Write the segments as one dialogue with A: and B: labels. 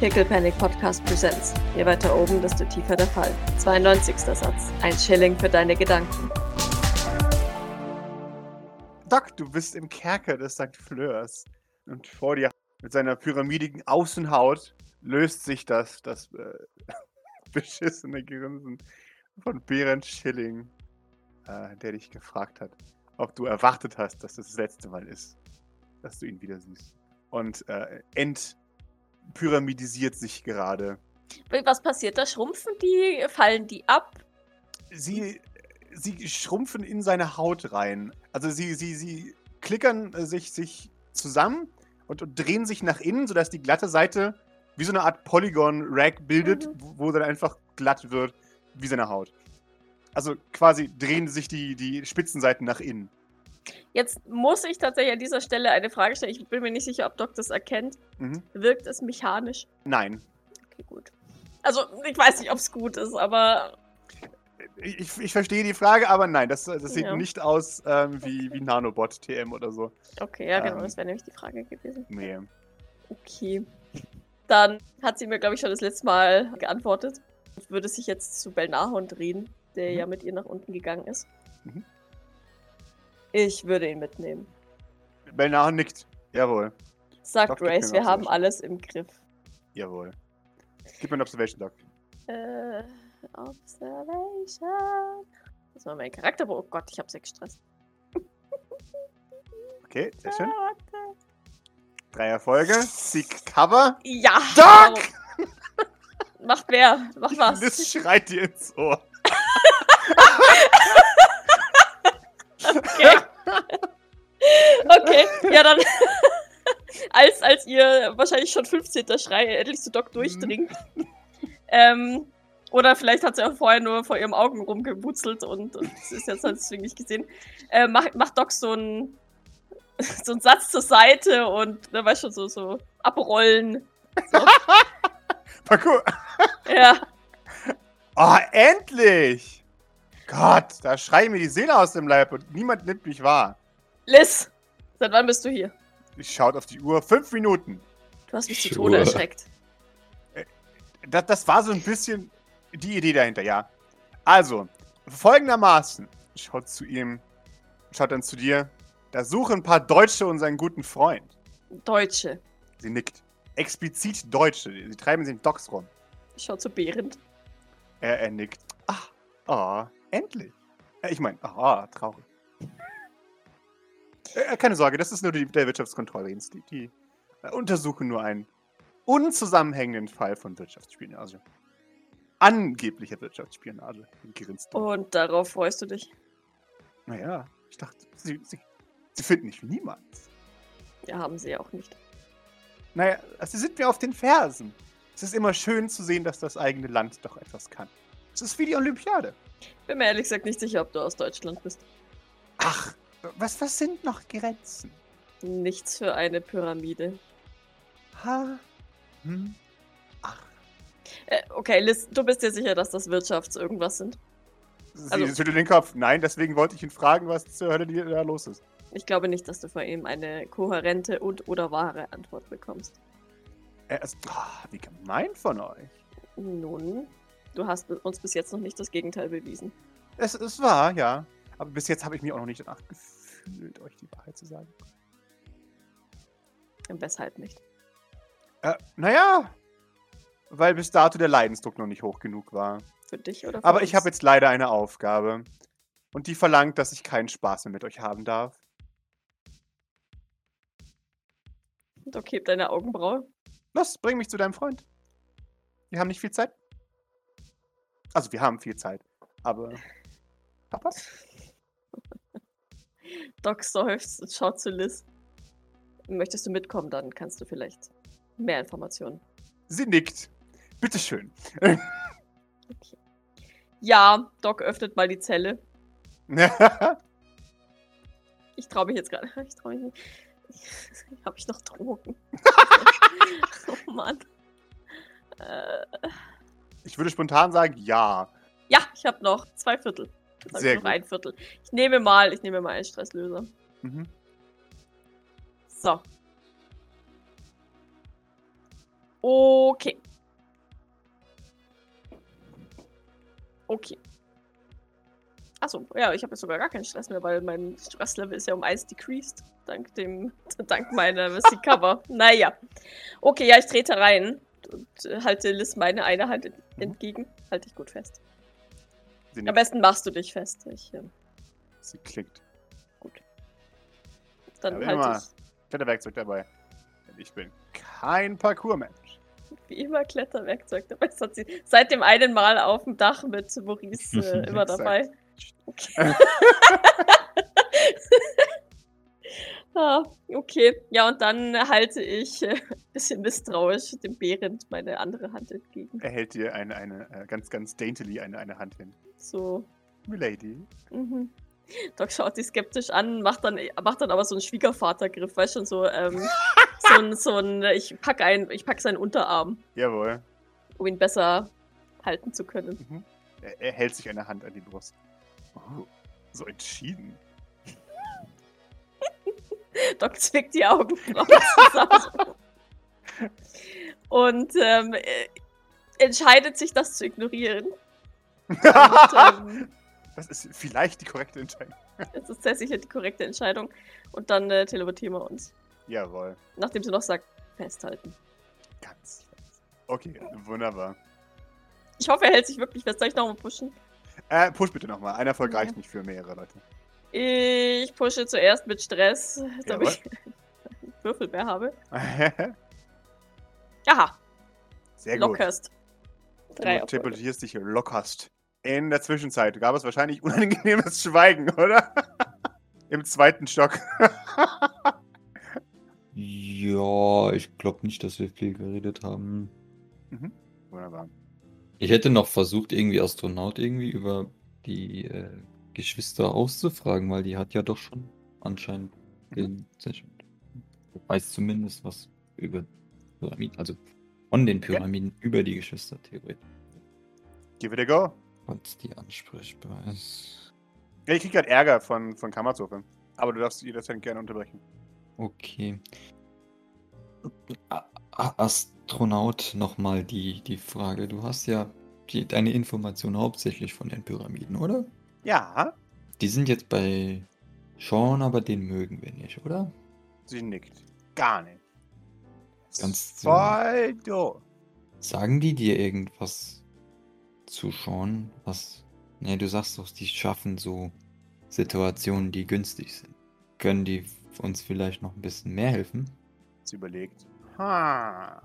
A: Pickle Panic Podcast Presents. Je weiter oben, desto tiefer der Fall. 92. Satz. Ein Schilling für deine Gedanken.
B: Doc, du bist im Kerker des St. Fleurs. Und vor dir mit seiner pyramidigen Außenhaut löst sich das, das äh, beschissene Grinsen von Behrens Schilling, äh, der dich gefragt hat, ob du erwartet hast, dass das das letzte Mal ist, dass du ihn wieder siehst. Und äh, entpyramidisiert sich gerade.
A: Was passiert da? Schrumpfen die? Fallen die ab?
B: Sie, sie schrumpfen in seine Haut rein. Also sie, sie, sie klickern äh, sich, sich zusammen und, und drehen sich nach innen, sodass die glatte Seite wie so eine Art Polygon-Rack bildet,
A: Mhm.
B: wo, wo dann einfach glatt wird, wie seine Haut. Also quasi drehen sich die, die Spitzenseiten nach innen.
A: Jetzt muss ich tatsächlich an dieser Stelle eine Frage stellen. Ich bin mir nicht sicher, ob Doc das erkennt.
B: Mhm.
A: Wirkt es mechanisch?
B: Nein.
A: Okay, gut. Also, ich weiß nicht, ob es gut ist, aber
B: Ich, ich, ich verstehe die Frage, aber nein, das, das sieht
A: Ja.
B: nicht aus ähm, wie, wie Nanobot TM oder so.
A: okay, ja, genau,
B: Ähm.
A: das wäre nämlich die Frage gewesen.
B: Nee.
A: Okay. Dann hat sie mir, glaube ich, schon das letzte Mal geantwortet. Ich würde sich jetzt zu Belnahorn drehen, der
B: Mhm.
A: ja mit ihr nach unten gegangen ist.
B: Mhm.
A: Ich würde ihn mitnehmen.
B: Belnahon nickt. Jawohl.
A: Sagt
B: Doc, gib mir
A: Grace, wir
B: was,
A: haben
B: Observation.
A: alles im Griff.
B: Jawohl. Gib mir einen Observation Doc.
A: Äh, Observation. Das war mein Charakter. Oh Gott, ich habe sehr gestresst.
B: Okay, sehr schön.
A: Ah, warte.
B: Drei Erfolge. Seek Cover.
A: Ja!
B: Doc!
A: warum? Macht mehr, macht was.
B: Liz schreit dir ins Ohr.
A: Okay. okay, ja dann. als, als ihr wahrscheinlich schon 15. Schrei endlich zu Doc durchdringt. ähm, oder vielleicht hat sie auch vorher nur vor ihren Augen rumgebutzelt und, und es ist jetzt hat deswegen nicht gesehen. Äh, macht, macht Doc so einen so einen Satz zur Seite und ne, weißt schon, so, so abrollen.
B: Parkour.
A: Ja.
B: Oh, endlich! Gott, da schreien mir die Seele aus dem Leib und niemand nimmt mich wahr.
A: Liz, seit wann bist du hier?
B: Ich schaut auf die Uhr. Fünf Minuten.
A: Du hast mich zu
C: Sure.
A: Tode erschreckt.
B: Das, das war so ein bisschen die Idee dahinter, ja. Also, folgendermaßen. Schaut zu ihm, schaut dann zu dir. Da suchen ein paar Deutsche unseren guten Freund.
A: Deutsche.
B: Sie nickt. Explizit Deutsche. Sie treiben sie in Docks rum.
A: Schau zu Behrend.
B: Er, er nickt. Ach, ah, endlich. Äh, Ich meine, ah, traurig. Äh, keine Sorge, das ist nur die, der Wirtschaftskontrolldienst. Die, die äh, untersuchen nur einen unzusammenhängenden Fall von Wirtschaftsspionage. Angeblicher Wirtschaftsspionage. Grinst. er.
A: Und darauf freust du dich.
B: Naja, ich dachte, sie, sie, sie finden mich niemals.
A: Ja, haben sie ja auch nicht.
B: Naja, sie sind mir auf den Fersen. Es ist immer schön zu sehen, dass das eigene Land doch etwas kann. Es ist wie die Olympiade.
A: Bin mir ehrlich gesagt nicht sicher, ob du aus Deutschland bist.
B: Ach, was, was sind noch Grenzen?
A: Nichts für eine Pyramide.
B: Ha. Hm. Ach.
A: Äh, okay, Liz, du bist dir sicher, dass das Wirtschafts irgendwas sind?
B: Sie
A: Also-
B: schüttelt den Kopf. Nein, deswegen wollte ich ihn fragen, was zur Hölle die- da los ist.
A: Ich glaube nicht, dass du von ihm eine kohärente und oder wahre Antwort bekommst.
B: Er ist, Ah, wie gemein von euch.
A: Nun, du hast bi- uns bis jetzt noch nicht das Gegenteil bewiesen.
B: Es ist wahr, ja. Aber bis jetzt habe ich mich auch noch nicht danach gefühlt, euch die Wahrheit zu sagen.
A: Weshalb nicht?
B: Äh, naja. Weil bis dato der Leidensdruck noch nicht hoch genug war.
A: Für dich oder für
B: Aber ich
A: uns?
B: habe jetzt leider eine Aufgabe. Und die verlangt, dass ich keinen Spaß mehr mit euch haben darf.
A: Doc hebt deine Augenbraue.
B: Los, bring mich zu deinem Freund. Wir haben nicht viel Zeit. Also, wir haben viel Zeit. Aber. Papa?
A: Doc seufzt und schaut zu Liz. Möchtest du mitkommen, dann kannst du vielleicht mehr Informationen.
B: Sie nickt. Bitteschön.
A: Ja, Doc öffnet mal die Zelle.
B: Nein,
A: Ich traue mich jetzt gerade. Ich traue mich nicht. Habe ich noch Drogen? oh Mann. Äh,
B: ich würde spontan sagen, ja.
A: ja, ich habe noch zwei Viertel. Jetzt hab
B: Sehr
A: ich noch
B: gut.
A: ein Viertel. Ich nehme mal, ich nehme mal einen Stresslöser.
B: Mhm.
A: So. Okay. Okay. Achso, ja, ich habe jetzt sogar gar keinen Stress mehr, weil mein Stresslevel ist ja um eins decreased. Dank dem, dank meiner Missy Cover. naja. Okay, ja, ich trete rein und äh, halte Liz meine eine Hand en-
B: Mhm.
A: entgegen. Halte ich gut fest.
B: Sie,
A: Am
B: nickt,
A: besten machst du dich fest. Ich, ähm,
B: sie klickt.
A: dann
B: Ja, wie immer.
A: halte ich
B: Kletterwerkzeug dabei. Denn Ich bin kein Parkour-Mensch.
A: wie immer Kletterwerkzeug dabei. Das hat sie seit dem einen Mal auf dem Dach mit Maurice äh, immer
B: Exakt.
A: dabei. Okay. ah, okay. Ja, und dann halte ich äh, ein bisschen misstrauisch dem Behrend meine andere Hand entgegen.
B: Er hält dir eine, eine äh, ganz, ganz daintily eine, eine Hand hin.
A: So.
B: Milady.
A: Mhm. Doc schaut sie skeptisch an, macht dann, macht dann aber so einen Schwiegervatergriff, weißt schon, so, ähm, so ein, so ein, äh, ich pack ein, ich pack seinen Unterarm,
B: Jawohl.
A: um ihn besser halten zu können.
B: Mhm. Er, er hält sich eine Hand an die Brust. Oh, so entschieden.
A: Doc zwickt die Augenbrauen zusammen. Und ähm, äh, entscheidet sich, das zu ignorieren.
B: das
A: Und, ähm,
B: ist vielleicht die korrekte Entscheidung.
A: das ist sehr sicher die korrekte Entscheidung. Und dann äh, teleportieren wir uns.
B: Jawohl.
A: Nachdem sie noch sagt, festhalten.
B: Ganz. fest. Okay, wunderbar.
A: Ich hoffe, er hält sich wirklich fest. Soll ich nochmal pushen?
B: Äh, push bitte nochmal. Ein Erfolg
A: Ja.
B: reicht nicht für mehrere Leute.
A: Ich pushe zuerst mit Stress, damit ich Würfel mehr habe. Aha,
B: Sehr gut.
A: lockerst. Drei
B: du
A: Erfolge.
B: teleportierst dich lockerst. In der Zwischenzeit gab es wahrscheinlich unangenehmes Schweigen, oder? Im zweiten Stock.
C: Ja, ich glaube nicht, dass wir viel geredet haben.
B: Wunderbar.
C: Ich hätte noch versucht, irgendwie Astronaut irgendwie über die äh, Geschwister auszufragen, weil die hat ja doch schon anscheinend den Session. Weiß zumindest was über Pyramiden, also von den Pyramiden über die Geschwister theoretisch,
B: Give it a go.
C: falls die ansprechbar ist.
B: Ja, ich krieg gerade Ärger von, von Kammerzofe. Aber du darfst jederzeit gerne unterbrechen.
C: Okay. A A- Astronaut nochmal die, die Frage. Du hast ja die, deine Information hauptsächlich von den Pyramiden, oder?
B: Ja,
C: Die sind jetzt bei Sean, aber den mögen wir nicht, oder?
B: sie nickt. Gar nicht.
C: Ganz
B: voll doof.
C: Sagen die dir irgendwas zu Sean? Was? Ne, du sagst doch, die schaffen so Situationen, die günstig sind. Können die uns vielleicht noch ein bisschen mehr helfen?
B: Sie überlegt. Ha,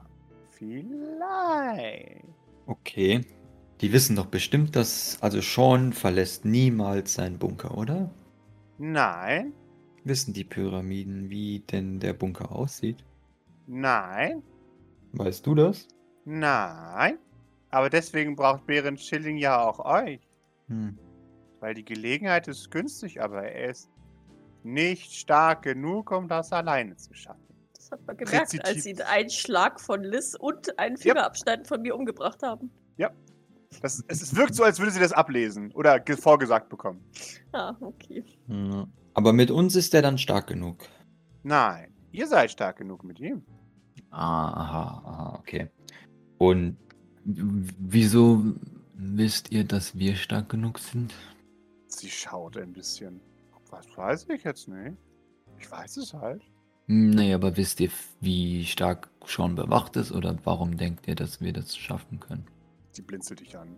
B: vielleicht.
C: Okay. Die wissen doch bestimmt, dass. Also Sean verlässt niemals seinen Bunker, oder?
B: Nein,
C: Wissen die Pyramiden, wie denn der Bunker aussieht?
B: nein,
C: Weißt du das?
B: nein. Aber deswegen braucht Bären Schilling ja auch euch.
C: Hm.
B: Weil die Gelegenheit ist günstig, aber er ist nicht stark genug, um das alleine zu schaffen.
A: Das hat man gemerkt, als sie einen Schlag von Liz und einen Fingerabschneiden von mir umgebracht haben.
B: Das, es es wirkt so, als würde sie das ablesen oder ge- vorgesagt bekommen.
A: Ah, okay.
C: Ja. Aber mit uns ist er dann stark genug.
B: Nein, ihr seid stark genug mit ihm.
C: Ah, aha, aha, okay. Und w- wieso wisst ihr, dass wir stark genug sind?
B: Sie schaut ein bisschen. Was weiß ich jetzt nicht? Ich weiß es halt.
C: Hm, Nee, aber wisst ihr, f- wie stark Sean bewacht ist oder warum denkt ihr, dass wir das schaffen können?
B: Sie blinzelt dich an.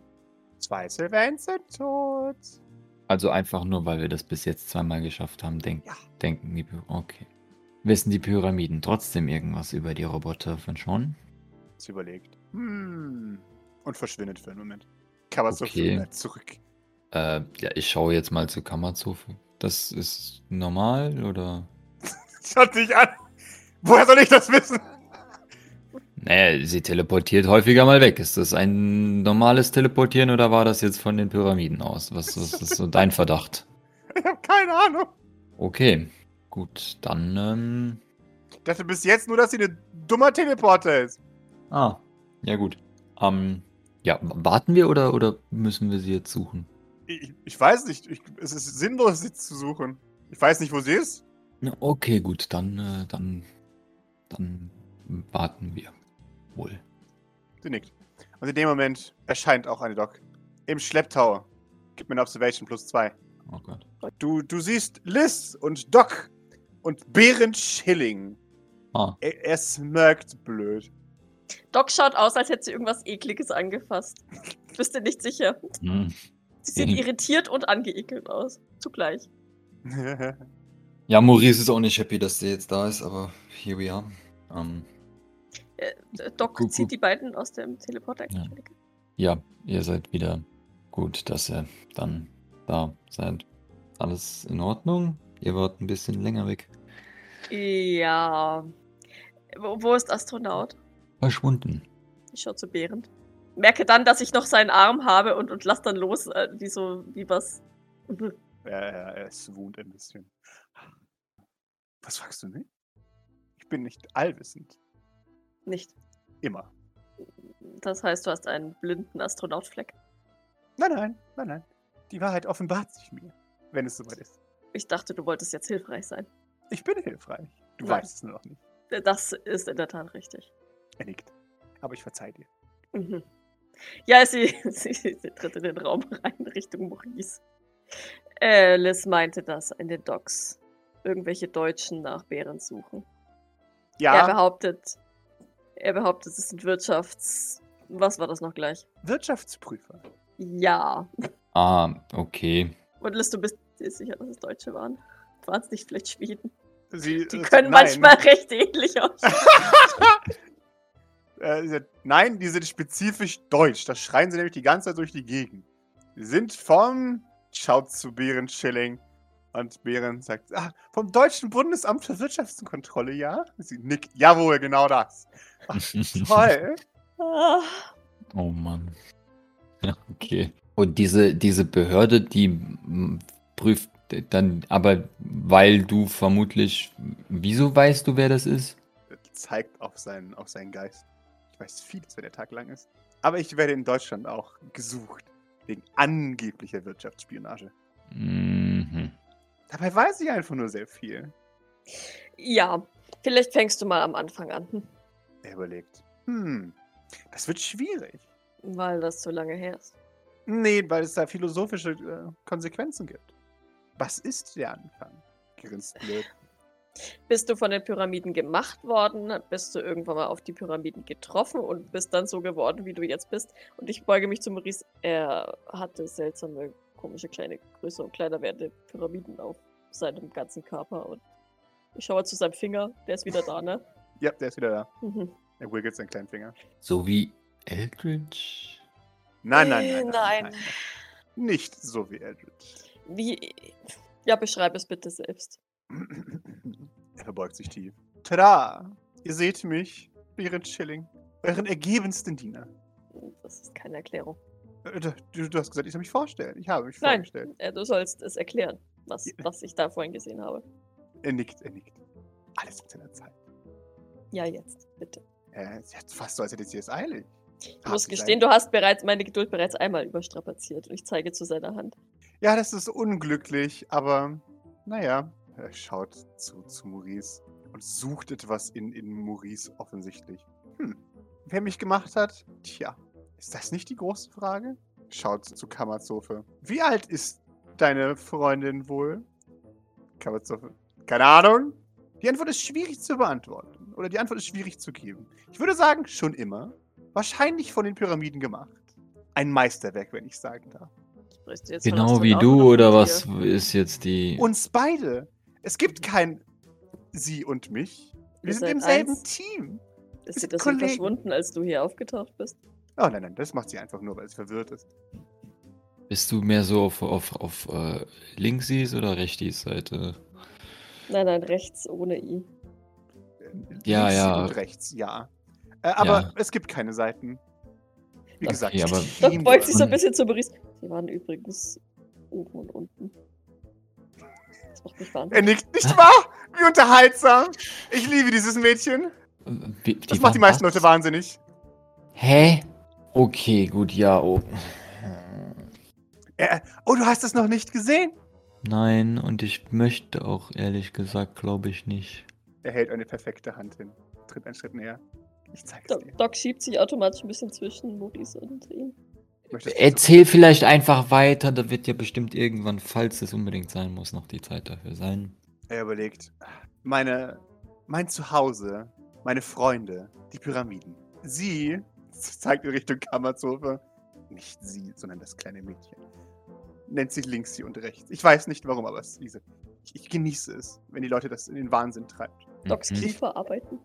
B: Zwei Sylvains sind tot.
C: Also einfach nur, weil wir das bis jetzt zweimal geschafft haben, denk,
B: Ja.
C: denken die Py- Okay. Wissen die Pyramiden trotzdem irgendwas über die Roboter von Sean?
B: Sie überlegt. Hm. Und verschwindet für einen Moment. Cover so viel
C: Okay.
B: mehr zurück.
C: Äh, ja, ich schaue jetzt mal zur Kammerzofe. Das ist normal oder?
B: Schaut dich an. Woher soll ich das wissen?
C: Naja, sie teleportiert häufiger mal weg. Ist das ein normales Teleportieren oder war das jetzt von den Pyramiden aus? Was, was ist so dein Verdacht?
B: Ich habe keine Ahnung.
C: Okay, gut, dann, ähm,
B: Ich dachte bis jetzt nur, dass sie eine dummer Teleporter ist.
C: ah, ja gut. Ähm, ja, w- warten wir oder, oder müssen wir sie jetzt suchen?
B: Ich, ich weiß nicht. Ich, es ist sinnlos, sie zu suchen. Ich weiß nicht, wo sie ist.
C: Na, Okay, gut, dann, äh, dann, dann warten wir wohl.
B: Sie nickt. Und in dem Moment erscheint auch eine Doc. Im Schlepptau. Gib mir eine Observation plus zwei.
C: Oh Gott.
B: Du, du siehst Liz und Doc und Behrend Schilling.
C: Ah.
B: Er, er smirkt blöd.
A: Doc schaut aus, als hätte sie irgendwas Ekliges angefasst. Ich bist dir nicht sicher.
C: Hm.
A: Sie sieht
C: Mhm.
A: irritiert und angeekelt aus. Zugleich.
C: Ja, Maurice ist auch nicht happy, dass der jetzt da ist, aber here we are. Ähm,
A: Äh, Doc
C: Gut,
A: zieht
C: gut.
A: die beiden aus dem Teleporter.
C: Ja. ja, ihr seid wieder gut, dass ihr dann da seid. Alles in Ordnung? Ihr wart ein bisschen länger weg.
A: Ja. Wo, wo ist Astronaut?
C: Verschwunden.
A: Ich schaue zu Behrend. Merke dann, dass ich noch seinen Arm habe und, und lass dann los, äh, wie so, wie was. Mhm.
B: er, er, er swoont ein bisschen. Was fragst du mich? Ich bin nicht allwissend.
A: Nicht.
B: Immer.
A: Das heißt, du hast einen blinden Astronautfleck.
B: Nein, nein, nein, nein. Die Wahrheit offenbart sich mir, wenn es soweit ist.
A: Ich dachte, du wolltest jetzt hilfreich sein.
B: Ich bin hilfreich. Du
A: Nein.
B: weißt es nur noch nicht.
A: Das ist in der Tat richtig.
B: Er nickt. Aber ich verzeih dir.
A: Mhm. Ja, sie, sie, sie tritt in den Raum rein Richtung Maurice. Äh, Liz meinte, dass in den Docks irgendwelche Deutschen nach Bären suchen. Er
B: Ja,
A: behauptet, er behauptet, es sind Wirtschafts... Was war das noch gleich?
B: Wirtschaftsprüfer.
A: Ja.
C: Ah, okay.
A: Und Liz, du bist dir sicher, dass es Deutsche waren? Waren es nicht vielleicht Schweden?
B: Sie,
A: Die
B: äh,
A: können
B: nein.
A: manchmal recht ähnlich aussehen.
B: Äh, sie sagt, nein, die sind spezifisch deutsch. Das schreien sie nämlich die ganze Zeit durch die Gegend. Sie sind vom, schaut zu Behren Schilling. Und Behren sagt, ah, vom Deutschen Bundesamt für Wirtschaftskontrolle, ja? Sie nickt, jawohl, genau das. Toll.
A: Ah.
C: Oh Mann. Ja, okay. Und diese, diese Behörde, die mm, prüft dann, aber weil du vermutlich, wieso weißt du, wer das ist?
B: Zeigt auf seinen, auf seinen Geist. Ich weiß vieles, wenn der Tag lang ist. Aber ich werde in Deutschland auch gesucht. Wegen angeblicher Wirtschaftsspionage.
C: Mhm.
B: Dabei weiß ich einfach nur sehr viel.
A: Ja, vielleicht fängst du mal am Anfang an, hm?
B: Er überlegt, hm, das wird schwierig.
A: weil das so lange her ist.
B: Nee, weil es da philosophische äh, Konsequenzen gibt. Was ist der Anfang? Grinst blöd.
A: Bist du von den Pyramiden gemacht worden? Bist du irgendwann mal auf die Pyramiden getroffen und bist dann so geworden, wie du jetzt bist? Und ich beuge mich zu Maurice. Er hatte seltsame, komische kleine Größe und kleiner werdende Pyramiden auf seinem ganzen Körper. Und ich schaue zu seinem Finger. Der ist wieder da, ne?
B: Ja, der ist wieder da.
A: Mhm.
B: Er wiggelt seinen kleinen Finger.
C: So wie Eldridge?
B: Nein, nein,
A: Äh,
B: nein.
A: nein.
B: Nicht so wie Eldritch.
A: Wie. Ja, beschreib es bitte selbst.
B: er verbeugt sich tief. Tada! Ihr seht mich, Behrend Schilling, euren ergebensten Diener.
A: Das ist keine Erklärung.
B: Äh, Du, du hast gesagt, ich soll mich vorstellen. Ich habe mich
A: Nein.
B: vorgestellt.
A: Äh, Du sollst es erklären, was, was ich da vorhin gesehen habe.
B: Er nickt, er nickt. Alles in seiner Zeit.
A: Ja, jetzt, bitte.
B: Äh, es ist fast so, als hätte sie es eilig.
A: Ich muss gestehen, du hast bereits meine Geduld bereits einmal überstrapaziert und ich zeige zu seiner Hand.
B: Ja, das ist unglücklich, aber naja. Er schaut zu, zu Maurice und sucht etwas in, in Maurice offensichtlich. Hm, wer mich gemacht hat? Tja, ist das nicht die große Frage? Schaut zu Kammerzofe. Wie alt ist deine Freundin wohl? Kammerzofe. Keine Ahnung. Die Antwort ist schwierig zu beantworten. Oder die Antwort ist schwierig zu geben. Ich würde sagen, schon immer. Wahrscheinlich von den Pyramiden gemacht. Ein Meisterwerk, wenn ich sagen darf.
A: Sprichst du jetzt von
C: Genau wie
A: Astronauten
C: du, oder
A: von
C: was
A: dir?
C: ist jetzt die.
B: uns beide. Es
C: Mhm.
B: gibt kein sie und mich. Wir
A: Ihr
B: sind
A: seid
B: im selben
A: eins.
B: Team.
A: Ist dir
B: sind
A: das
B: Kollegen.
A: verschwunden, als du hier aufgetaucht bist?
B: Oh nein, nein, das macht sie einfach nur, weil sie verwirrt ist.
C: Bist du mehr so auf, auf, auf äh, Linksies oder Rechtis Seite?
A: Nein, nein, rechts ohne I.
B: Äh,
C: Ja,
B: links
C: ja.
B: Und rechts, ja. Äh, aber
C: Ja.
B: es gibt keine Seiten. Wie
C: Okay,
B: gesagt,
C: aber-
A: Doc
B: Team-
A: beugt sich so ein
C: Und-
A: bisschen zu Maurice. Sie waren übrigens oben und unten. Das macht mich
B: er
A: wahnsinnig.
B: nickt, nicht wahr? Wie unterhaltsam. Ich liebe dieses Mädchen.
C: Äh, Wie-
B: Das macht die
C: waren
B: meisten
C: was?
B: Leute wahnsinnig.
C: Hä? Okay, gut, ja. Oh.
B: Äh, oh, du hast es noch nicht gesehen?
C: Nein, und ich möchte auch ehrlich gesagt, glaube ich nicht.
B: Er hält eine perfekte Hand hin. Tritt einen Schritt näher. Ich zeig's
A: Doc,
B: dir.
A: Doc schiebt sich automatisch ein bisschen zwischen Maurice und ihm.
B: Möchtest du-
C: Erzähl vielleicht einfach weiter, da wird ja bestimmt irgendwann, falls es unbedingt sein muss, noch die Zeit dafür sein.
B: Er überlegt, meine, mein Zuhause, meine Freunde, die Pyramiden. Sie zeigt in Richtung Kammerzofe. Nicht sie, sondern das kleine Mädchen. Nennt sich links sie und rechts. Ich weiß nicht warum, aber es, wie gesagt, ich, ich genieße es, wenn die Leute das in den Wahnsinn treibt.
A: Docs
C: Mhm.
A: Kiefer arbeiten.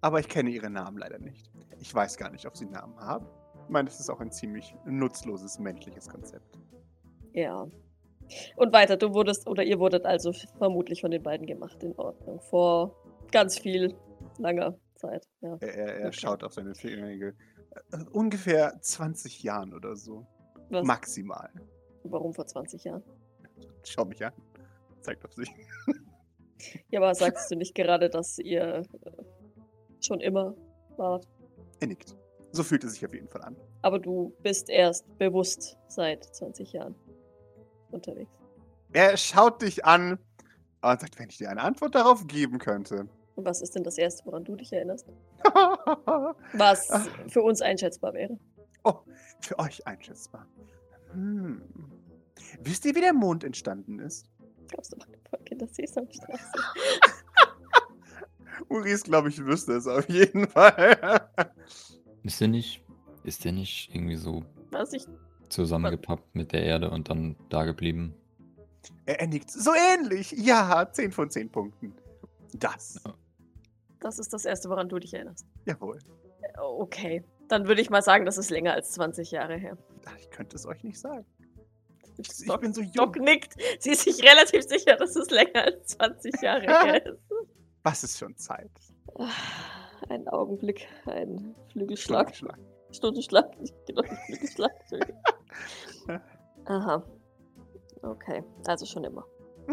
B: Aber ich kenne ihre Namen leider nicht. Ich weiß gar nicht, ob sie Namen haben. Ich meine, das ist auch ein ziemlich nutzloses menschliches Konzept.
A: Ja. Und weiter, du wurdest oder ihr wurdet also vermutlich von den beiden gemacht, in Ordnung. Vor ganz viel langer Zeit. Ja.
B: Er, er, er
A: Okay.
B: schaut auf seine Fingernägel. Äh, Ungefähr 20 Jahren oder so.
A: Was,
B: Maximal.
A: Warum vor 20 Jahren?
B: Schau mich an. Zeigt auf sich.
A: Ja, aber sagst du nicht gerade, dass ihr äh, schon immer wart?
B: Er nickt. So fühlt es sich auf jeden Fall an.
A: Aber du bist erst bewusst seit 20 Jahren unterwegs.
B: Er schaut dich an und sagt, wenn ich dir eine Antwort darauf geben könnte.
A: Und was ist denn das Erste, woran du dich erinnerst?
B: Für
A: Was
B: Ach.
A: für uns einschätzbar wäre.
B: euch einschätzbar. Hm. Wisst ihr, wie der Mond entstanden ist?
A: Glaubst du, meine Folge in der Sesamstraße?
B: Maurice, glaube ich, wüsste es auf jeden Fall.
C: Ist der nicht, ist der nicht irgendwie so
A: Was ich.
C: zusammengepappt mit der Erde und dann da geblieben?
B: er, er nickt. So ähnlich. Ja, 10 von 10 Punkten. Das.
A: Das ist das Erste, woran du dich erinnerst.
B: Jawohl.
A: Okay. Dann würde ich mal sagen, das ist länger als 20 Jahre her.
B: Ach, Ich könnte es euch nicht sagen. Ich
A: Doc,
B: bin so
A: Doc
B: jung.
A: nickt. Sie ist sich relativ sicher, dass es länger als 20 Jahre her ist.
B: Was ist schon Zeit?
A: Ah, Ein Augenblick, ein Flügelschlag.
B: Schlag.
A: Stundenschlag, nicht genau, nicht Flügelschlag. Entschuldigung. Aha. Okay, also schon immer.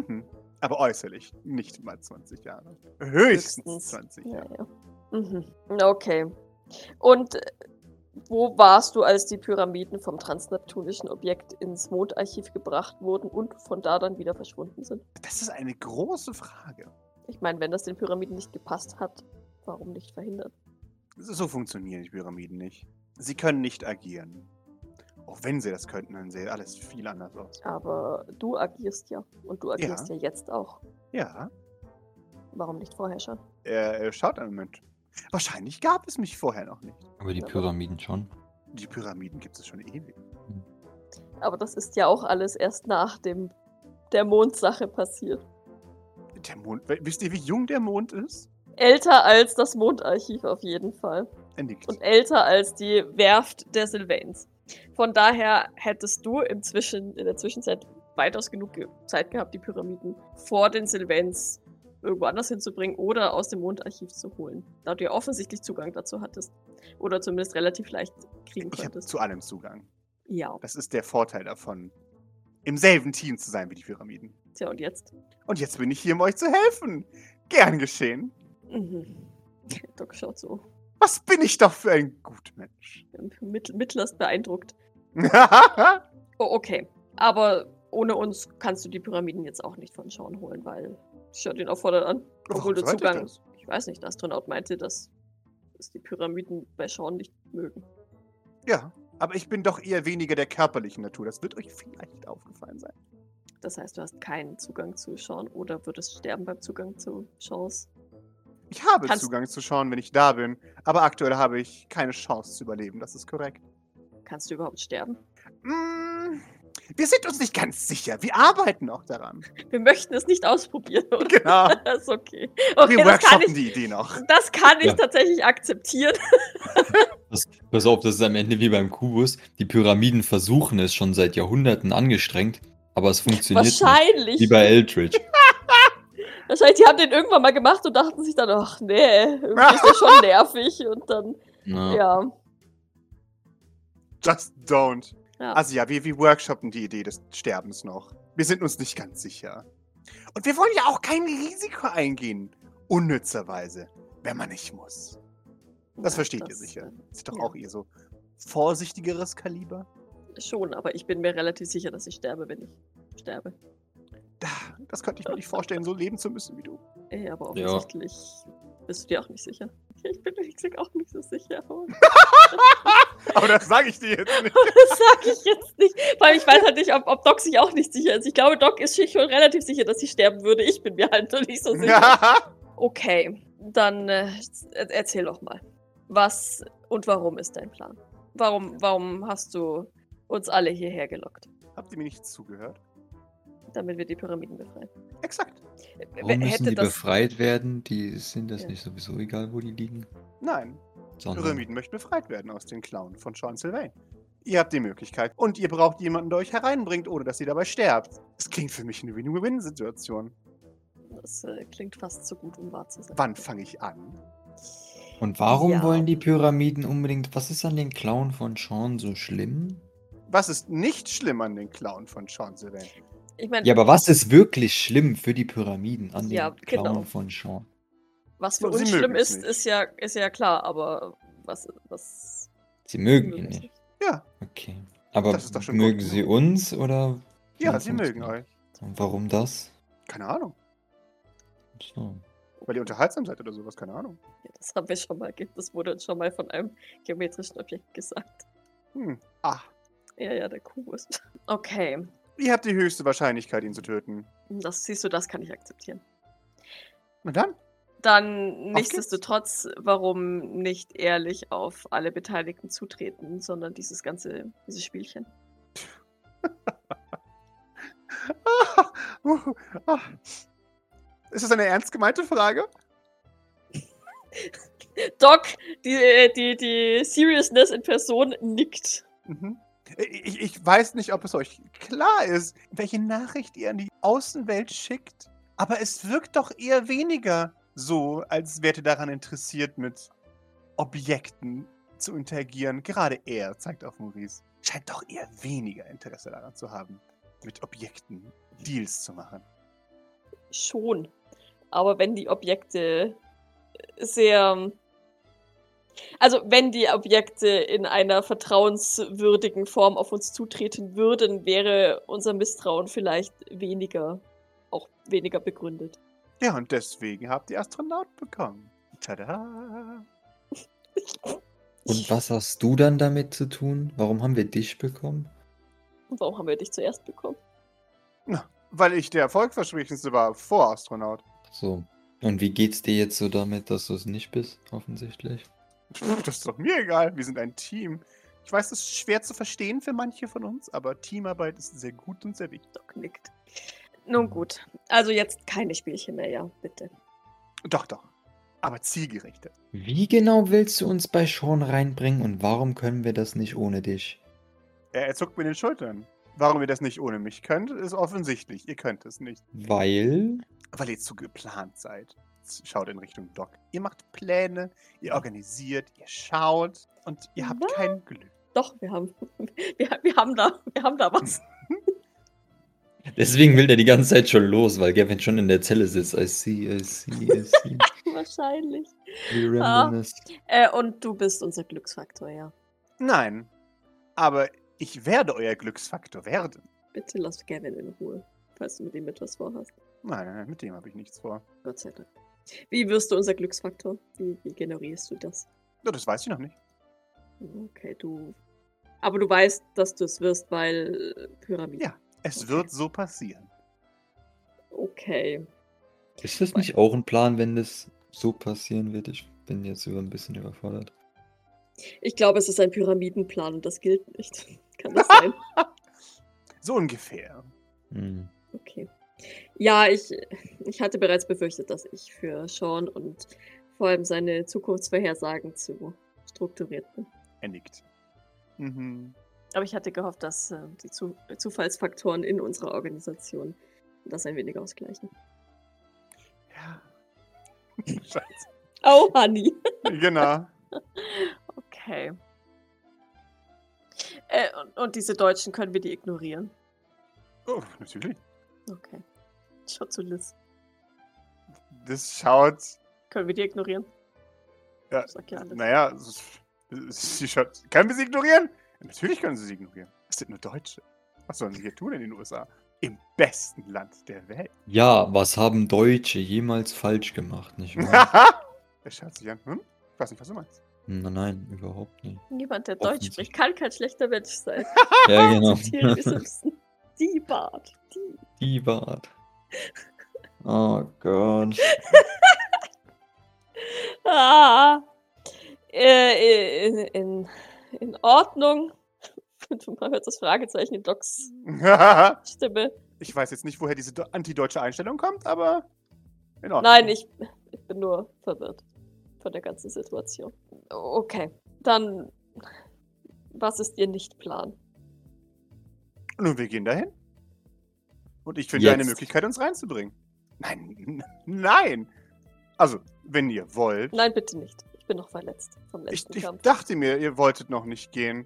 B: Mhm. Aber äußerlich nicht mal 20 Jahre. Höchstens,
A: Höchstens,
B: 20
A: Ja,
B: Jahre.
A: ja. Mhm. Okay. Und äh, wo warst du, als die Pyramiden vom transneptunischen Objekt ins Mondarchiv gebracht wurden und von da dann wieder verschwunden sind?
B: Das ist eine große Frage.
A: Ich meine, wenn das den Pyramiden nicht gepasst hat, warum nicht verhindert?
B: So funktionieren die Pyramiden nicht. Sie können nicht agieren. Auch wenn sie das könnten, dann sähe alles viel anders aus.
A: Aber du agierst ja. Und du agierst ja, jetzt auch.
B: Ja,
A: Warum nicht vorher schon?
B: er, er schaut einen Moment. Wahrscheinlich gab es mich vorher noch nicht.
C: Aber die
A: Aber-
C: Pyramiden schon.
B: Die Pyramiden gibt es schon ewig.
A: Aber das ist ja auch alles erst nach dem der Mondsache passiert.
B: Der Mond, we- wisst ihr, wie jung der Mond ist?
A: Älter als das Mondarchiv auf jeden Fall.
B: Er nickt.
A: und älter als die Werft der Sylvains. Von daher hättest du im Zwischen, in der Zwischenzeit weitaus genug ge- Zeit gehabt, die Pyramiden vor den Sylvains irgendwo anders hinzubringen oder aus dem Mondarchiv zu holen, da du ja offensichtlich Zugang dazu hattest oder zumindest relativ leicht kriegen
B: ich habe
A: konntest.
B: zu allem Zugang.
A: Ja,
B: Das ist der Vorteil davon, im selben Team zu sein wie die Pyramiden.
A: tja, und jetzt?
B: Und jetzt bin ich hier, um euch zu helfen. Gern geschehen.
A: Mhm. Doc schaut so
B: Was bin ich doch für ein Gutmensch.
A: mit, mittlerst beeindruckt.
B: ja,
A: Oh, okay. Aber ohne uns kannst du die Pyramiden jetzt auch nicht von Schauen holen, weil schaut ihn auch fordernd an. Obwohl du
B: sollte ich
A: Zugang.
B: das?
A: Ich, weiß nicht, der Astronaut meinte, dass, dass die Pyramiden bei Schauen nicht mögen.
B: aber ich bin doch eher weniger der körperlichen Natur. Das wird euch vielleicht aufgefallen sein.
A: Das heißt, du hast keinen Zugang zu Schauen oder würdest sterben beim Zugang zu Chance.
B: Ich habe
A: Kannst-
B: Zugang zu schauen, wenn ich da bin, aber aktuell habe ich keine Chance zu überleben. Das ist korrekt.
A: Kannst du überhaupt sterben?
B: Mm, wir sind uns nicht ganz sicher. Wir arbeiten auch daran.
A: Wir möchten es nicht ausprobieren, oder?
B: Genau.
A: Das ist okay. Okay,
B: wir
A: das kann
B: workshoppen
A: ich,
B: die Idee noch.
A: das kann ich
C: Ja.
A: tatsächlich akzeptieren.
C: Das, pass auf, das ist am Ende wie beim Kubus. Die Pyramiden versuchen es schon seit Jahrhunderten angestrengt, aber es funktioniert nicht.
A: Wahrscheinlich.
C: Wie bei Eldritch.
A: Wahrscheinlich, die haben den irgendwann mal gemacht und dachten sich dann, ach nee, irgendwie ist das schon nervig. Und dann,
C: Na,
A: ja.
B: Just don't.
A: Ja.
B: Also ja, wir, wir workshoppen die Idee des Sterbens noch. Wir sind uns nicht ganz sicher. Und wir wollen ja auch kein Risiko eingehen. Unnützerweise, wenn man nicht muss. Das
A: Ja,
B: versteht ihr
A: das,
B: sicher. Ist doch
A: ja.
B: auch ihr so vorsichtigeres Kaliber.
A: äh, Schon, aber ich bin mir relativ sicher, dass ich sterbe, wenn ich sterbe.
B: Da, das könnte ich mir nicht vorstellen, so leben zu müssen wie du.
A: Ey, aber offensichtlich bist du dir auch nicht sicher. Ich bin ehrlich gesagt auch nicht so sicher. aber
B: Aber das sage ich dir jetzt nicht.
A: Das sage ich jetzt nicht. Weil ich weiß halt nicht, ob, ob Doc sich auch nicht sicher ist. Ich glaube, Doc ist sich schon relativ sicher, dass sie sterben würde. Ich bin mir halt noch nicht so sicher. Okay, dann äh, er- erzähl doch mal. Was und warum ist dein Plan? Warum, warum hast du uns alle hierher gelockt,
B: Habt ihr mir nicht zugehört?
A: damit wir die Pyramiden befreien?
B: Exakt.
C: Warum müssen
A: hätte
C: die
A: das-
C: befreit werden? Die sind das
A: Ja.
C: nicht sowieso egal, wo die liegen.
B: Nein.
C: Sondern
B: Pyramiden möchten befreit werden aus den Klauen von Sean Sylvain. Ihr habt die Möglichkeit und ihr braucht jemanden, der euch hereinbringt, ohne dass ihr dabei sterbt. Das klingt für mich eine Win-Win-Situation.
A: Das äh, klingt fast zu gut, um wahr zu sein.
B: Wann fange ich an?
C: Und warum
A: Ja.
C: wollen die Pyramiden unbedingt? Was ist an den Clown von Sean so schlimm?
B: Was ist nicht schlimm an den Clown von Sean Sylvain?
A: Ich meine,
C: Ja, aber was ist wirklich schlimm für die Pyramiden an
A: Ja,
C: den Clown
A: genau.
C: von Sean?
A: was für
B: Sie
A: uns
B: mögen
A: schlimm
B: es
A: ist,
B: nicht.
A: ist ja, ist ja klar, aber was. was
C: Sie mögen
A: mögen
C: ihn
A: es
C: nicht.
A: nicht.
B: Ja,
C: Okay. Aber
B: Das ist doch schon
C: mögen
B: gut.
C: sie uns oder?
B: ja,
C: Sonst
B: sie
C: uns
B: mögen
C: nicht?
B: euch.
C: Und warum das?
B: Keine Ahnung.
C: So.
B: Weil ihr unterhaltsam seid oder sowas, keine Ahnung.
A: Ja, das haben wir schon mal, ge- das wurde uns schon mal von einem geometrischen Objekt gesagt.
B: Hm. Ah,
A: Ja, ja, der Kubus. Okay.
B: ihr habt die höchste Wahrscheinlichkeit, ihn zu töten.
A: Das siehst du, das kann ich akzeptieren.
B: Na dann,
A: Dann
B: Auf geht's.
A: nichtsdestotrotz, warum nicht ehrlich auf alle Beteiligten zutreten, sondern dieses ganze, dieses Spielchen.
B: Ah, uh, ah. Ist das eine ernst gemeinte Frage?
A: Doc, die, äh, die, die Seriousness in Person nickt.
B: Mhm. Ich, ich weiß nicht, ob es euch klar ist, welche Nachricht ihr an die Außenwelt schickt, aber es wirkt doch eher weniger so, als wärt ihr daran interessiert, mit Objekten zu interagieren. Gerade er, zeigt auf Maurice, scheint doch eher weniger Interesse daran zu haben, mit Objekten Deals zu machen.
A: Schon. Aber wenn die Objekte sehr. Also, wenn die Objekte in einer vertrauenswürdigen Form auf uns zutreten würden, wäre unser Misstrauen vielleicht weniger, auch weniger begründet.
B: Ja, und deswegen habt ihr Astronaut bekommen. Tada!
C: Und was hast du dann damit zu tun? Warum haben wir dich bekommen?
A: Und warum haben wir dich zuerst bekommen?
B: Weil ich der erfolgversprechendste war vor Astronaut.
C: So. Und wie geht's dir jetzt so damit, dass du es nicht bist, offensichtlich?
B: Pff, Das ist doch mir egal, wir sind ein Team. Ich weiß, das ist schwer zu verstehen für manche von uns, aber Teamarbeit ist sehr gut und sehr wichtig.
A: Doc nickt. Nun gut. Also jetzt keine Spielchen mehr, ja, bitte.
B: Doch, doch. Aber zielgerichtet.
C: Wie genau willst du uns bei Sean reinbringen und warum können wir das nicht ohne dich?
B: Er, er zuckt mir den Schultern. Warum ihr das nicht ohne mich könnt, ist offensichtlich. Ihr könnt es nicht.
C: Weil
B: Weil ihr zu geplant seid. Schaut in Richtung Doc. Ihr macht Pläne, ihr organisiert, ihr schaut und ihr habt
A: Was?
B: kein Glück.
A: Doch, wir haben, wir, wir haben da, wir haben da was.
C: Deswegen will der die ganze Zeit schon los, weil Gavin schon in der Zelle sitzt. I see, I see, I see.
A: Wahrscheinlich.
C: We
A: Ah.
C: reminisce.
A: Äh, und du bist unser Glücksfaktor, ja.
B: Nein, aber ich werde euer Glücksfaktor werden.
A: Bitte lass Gavin in Ruhe, falls du mit ihm etwas vorhast.
B: Nein, nein, nein, mit dem habe ich nichts vor.
A: Gott sei Dank. Wie wirst du unser Glücksfaktor? Wie, wie generierst du das?
B: Ja, das weiß ich noch nicht.
A: Okay, du. Aber du weißt, dass du es wirst, weil äh, Pyramide.
B: Ja. Es
A: Okay.
B: wird so passieren.
A: Okay.
C: Ist das nicht auch ein Plan, wenn das so passieren wird? Ich bin jetzt über ein bisschen überfordert.
A: Ich glaube, es ist ein Pyramidenplan und das gilt nicht. Kann das sein?
B: So ungefähr.
C: Hm.
A: Okay. Ja, ich, ich hatte bereits befürchtet, dass ich für Sean und vor allem seine Zukunftsvorhersagen zu strukturiert bin.
B: Er nickt. Mhm.
A: Aber ich hatte gehofft, dass äh, die zu Zufallsfaktoren in unserer Organisation das ein wenig ausgleichen.
B: Ja. Scheiße.
A: Oh, Honey.
B: genau.
A: Okay. Äh, und, und diese Deutschen können wir die ignorieren.
B: Oh, natürlich.
A: Okay. Schau zu Liz.
B: Das schaut.
A: Können wir die ignorieren?
B: Ja,
A: Ich Sag ja alles.
B: Naja, es ist- es- sie schaut. Können wir sie ignorieren? Ja, natürlich können sie sie ignorieren. Es sind nur Deutsche. Was sollen sie hier tun in den USA? Im besten Land der Welt.
C: Ja, was haben Deutsche jemals falsch gemacht, nicht wahr?
B: er schaut sich an. Hm? Ich weiß nicht, was du meinst.
C: Nein, nein, überhaupt nicht.
A: Niemand, der Deutsch
C: Offensichtlich.
A: spricht, kann kein schlechter Mensch sein.
C: Ja, genau.
A: Thierry Simpson. Die Bart. Die.
C: Die Bart. Oh Gott.
A: Ah. Äh, in, in, in Ordnung. Man hört das Fragezeichen in Docs Stimme.
B: ich weiß jetzt nicht, woher diese do- antideutsche Einstellung kommt, aber in Ordnung.
A: Nein, ich, ich bin nur verwirrt von der ganzen Situation. Okay, dann was ist Ihr Nichtplan?
B: Nun, wir gehen dahin. Und ich finde
C: Jetzt.
B: eine Möglichkeit, uns reinzubringen. Nein, n- nein. Also, wenn ihr wollt.
A: Nein, bitte nicht. Ich bin noch verletzt vom
B: Ich,
A: letzten
B: ich
A: Kampf.
B: dachte mir, ihr wolltet noch nicht gehen.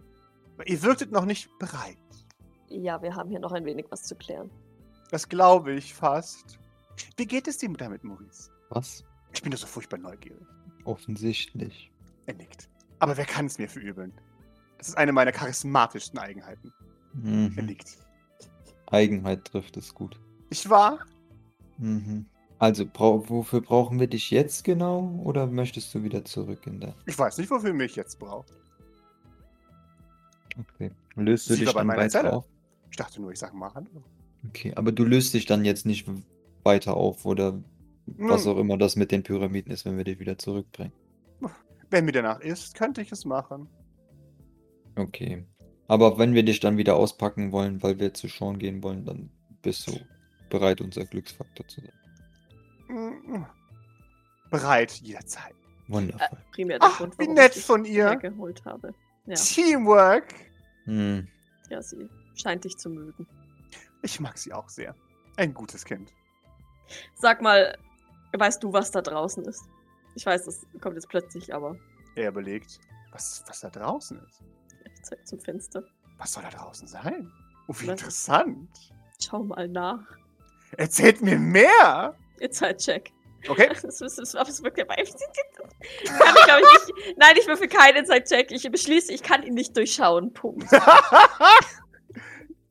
B: Ihr wirktet noch nicht bereit.
A: Ja, wir haben hier noch ein wenig was zu klären.
B: Das glaube ich fast. Wie geht es dir damit, Maurice?
C: Was?
B: Ich bin doch so furchtbar neugierig.
C: Offensichtlich.
B: Er nickt. Aber wer kann es mir verübeln? Das ist eine meiner charismatischsten Eigenheiten. Er
C: Mhm.
B: nickt.
C: Eigenheit trifft es gut.
B: Ich war.
C: Mhm. Also, brau wofür brauchen wir dich jetzt genau? Oder möchtest du wieder zurück in dein.
B: Ich weiß nicht, wofür ihr mich jetzt braucht.
C: Okay. Löst du
B: Sie
C: dich
B: war bei
C: dann
B: meiner
C: weiter
B: Zelle.
C: auf?
B: Ich dachte nur, ich sag mal Hallo.
C: Okay, aber du löst dich dann jetzt nicht weiter auf oder was
B: Nun.
C: auch immer das mit den Pyramiden ist, wenn wir dich wieder zurückbringen.
B: Wenn mir danach ist, könnte ich es machen.
C: Okay. Aber wenn wir dich dann wieder auspacken wollen, weil wir zu Sean gehen wollen, dann bist du bereit, unser Glücksfaktor zu sein.
B: Mm. Bereit jederzeit.
C: Wundervoll.
A: Primär der
B: Ach,
A: Grund,
B: wie
A: warum
B: nett
A: ich dich
B: von ihr.
A: hergeholt habe. Ja.
B: Teamwork.
C: Hm.
A: Ja, sie scheint dich zu mögen.
B: Ich mag sie auch sehr. Ein gutes Kind.
A: Sag mal, weißt du, was da draußen ist? Ich weiß, das kommt jetzt plötzlich, aber
B: Er überlegt, was, was da draußen ist.
A: ich zeig zum Fenster.
B: Was soll da draußen sein? Oh, wie
A: Was?
B: interessant.
A: Schau mal nach.
B: Erzählt mir mehr.
A: Inside-Check.
B: Okay.
A: Das ist, das ist, das ist wirklich, aber ich, kann ich, glaub ich, nicht, nein, ich würfel keinen Inside-Check. Ich beschließe, ich kann ihn nicht durchschauen. Punkt.
B: Oh,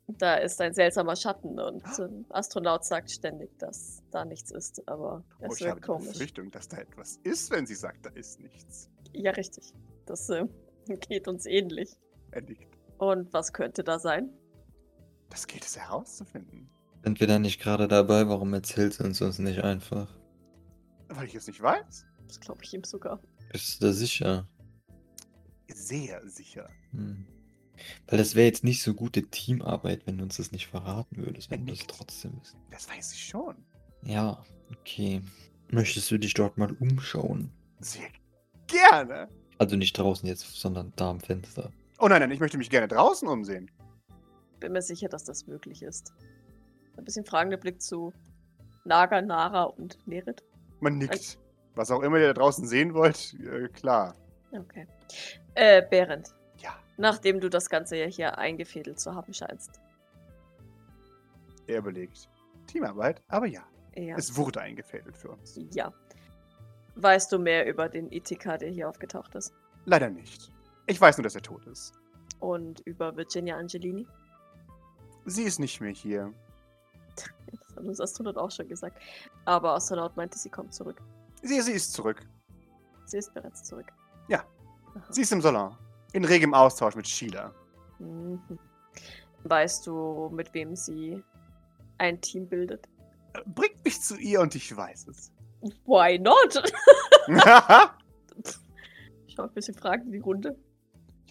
A: Da ist ein seltsamer Schatten und ein Astronaut sagt ständig, dass da nichts ist, aber
B: Oh,
A: es
B: ich habe
A: wird
B: die
A: komisch.
B: Befürchtung, dass da etwas ist, wenn sie sagt, da ist nichts.
A: Ja, richtig. Das äh, geht uns ähnlich.
B: Er liegt.
A: Und was könnte da sein?
B: Das gilt es herauszufinden.
C: Sind wir da nicht gerade dabei? Warum erzählt sie uns uns nicht einfach?
B: Weil ich es nicht weiß.
A: Das glaube ich ihm sogar.
C: Bist du da sicher?
B: Sehr sicher.
C: Hm. Weil das wäre jetzt nicht so gute Teamarbeit, wenn du uns das nicht verraten würdest, wenn du das
B: Nickt.
C: trotzdem wissen.
B: Das weiß ich schon.
C: Ja, okay. Möchtest du dich dort mal umschauen?
B: Sehr gerne.
C: Also nicht draußen jetzt, sondern da am Fenster.
B: Oh nein, nein, ich möchte mich gerne draußen umsehen.
A: Bin mir sicher, dass das möglich ist. Ein bisschen fragender Blick zu Naga, Nara und Nerit.
B: Man nickt. Was auch immer ihr da draußen sehen wollt, äh, klar.
A: Okay. Äh, Behrend,
B: Ja,
A: nachdem du das Ganze ja hier eingefädelt zu haben scheinst.
B: er überlegt. Teamarbeit, aber ja.
A: Ja.
B: Es wurde eingefädelt für uns.
A: ja. Weißt du mehr über den Itika, der hier aufgetaucht ist?
B: Leider nicht. Ich weiß nur, dass er tot ist.
A: Und über Virginia Angelini?
B: Sie ist nicht mehr hier.
A: Das hat uns Astronaut auch schon gesagt. Aber Astronaut meinte, sie kommt zurück.
B: Sie, sie ist zurück.
A: Sie ist bereits zurück.
B: Ja.
A: Aha.
B: Sie ist im Salon. In regem Austausch mit Sheila.
A: Mhm. Weißt du, mit wem sie ein Team bildet?
B: Äh, Bringt mich zu ihr und ich weiß es.
A: Why not?
B: ich
A: Ich habe ein bisschen Fragen in die Runde.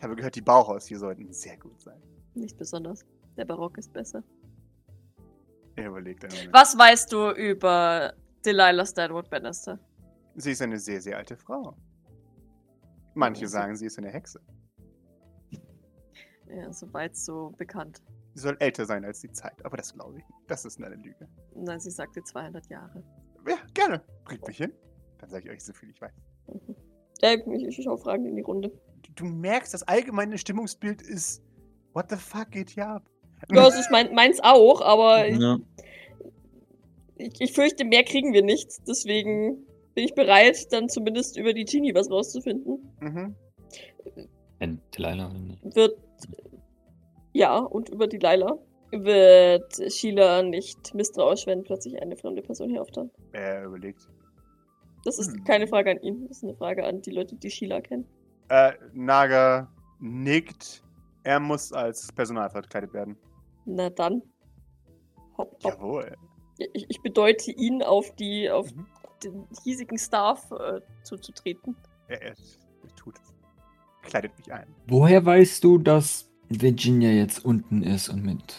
B: habe gehört, die Bauhaus hier sollten sehr gut sein.
A: Nicht besonders. Der Barock ist besser.
B: Er überlegt einen Moment.
A: Was weißt du über Delilah Stanwood Bannister?
B: Sie ist eine sehr, sehr alte Frau. Manche
A: Ja, sie-
B: sagen, sie ist eine Hexe.
A: Ja, soweit so bekannt.
B: Sie soll älter sein als die Zeit, aber das glaube ich nicht. Das ist eine Lüge.
A: Nein, sie sagte 200 Jahre.
B: Ja, gerne. Bringt mich hin. Dann sage ich euch so viel ich weiß.
A: Äh, ich schaue Fragen in die Runde.
B: Du merkst, das allgemeine Stimmungsbild ist. What the fuck geht hier ab?
A: Ja, also ich mein, meins auch, aber ich,
C: Ja.
A: ich, ich fürchte, mehr kriegen wir nicht. Deswegen bin ich bereit, dann zumindest über die Genie was rauszufinden.
B: Mhm.
C: Wenn Delilah nicht.
A: Wird. Ja, und über Delilah. Wird Sheila nicht misstrauisch, wenn plötzlich eine fremde Person hier auftaucht?
B: Er überlegt.
A: Das ist
B: Hm.
A: keine Frage an ihn, das ist eine Frage an die Leute, die Sheila kennen.
B: Äh, Naga nickt. Er muss als Personal verkleidet werden.
A: Na dann. Hopp, hopp.
B: Jawohl.
A: Ich, ich bedeute ihn auf die auf
B: Mhm.
A: den hiesigen Staff äh, zuzutreten.
B: Er, er, er tut es. Kleidet mich ein.
C: Woher weißt du, dass Virginia jetzt unten ist und mit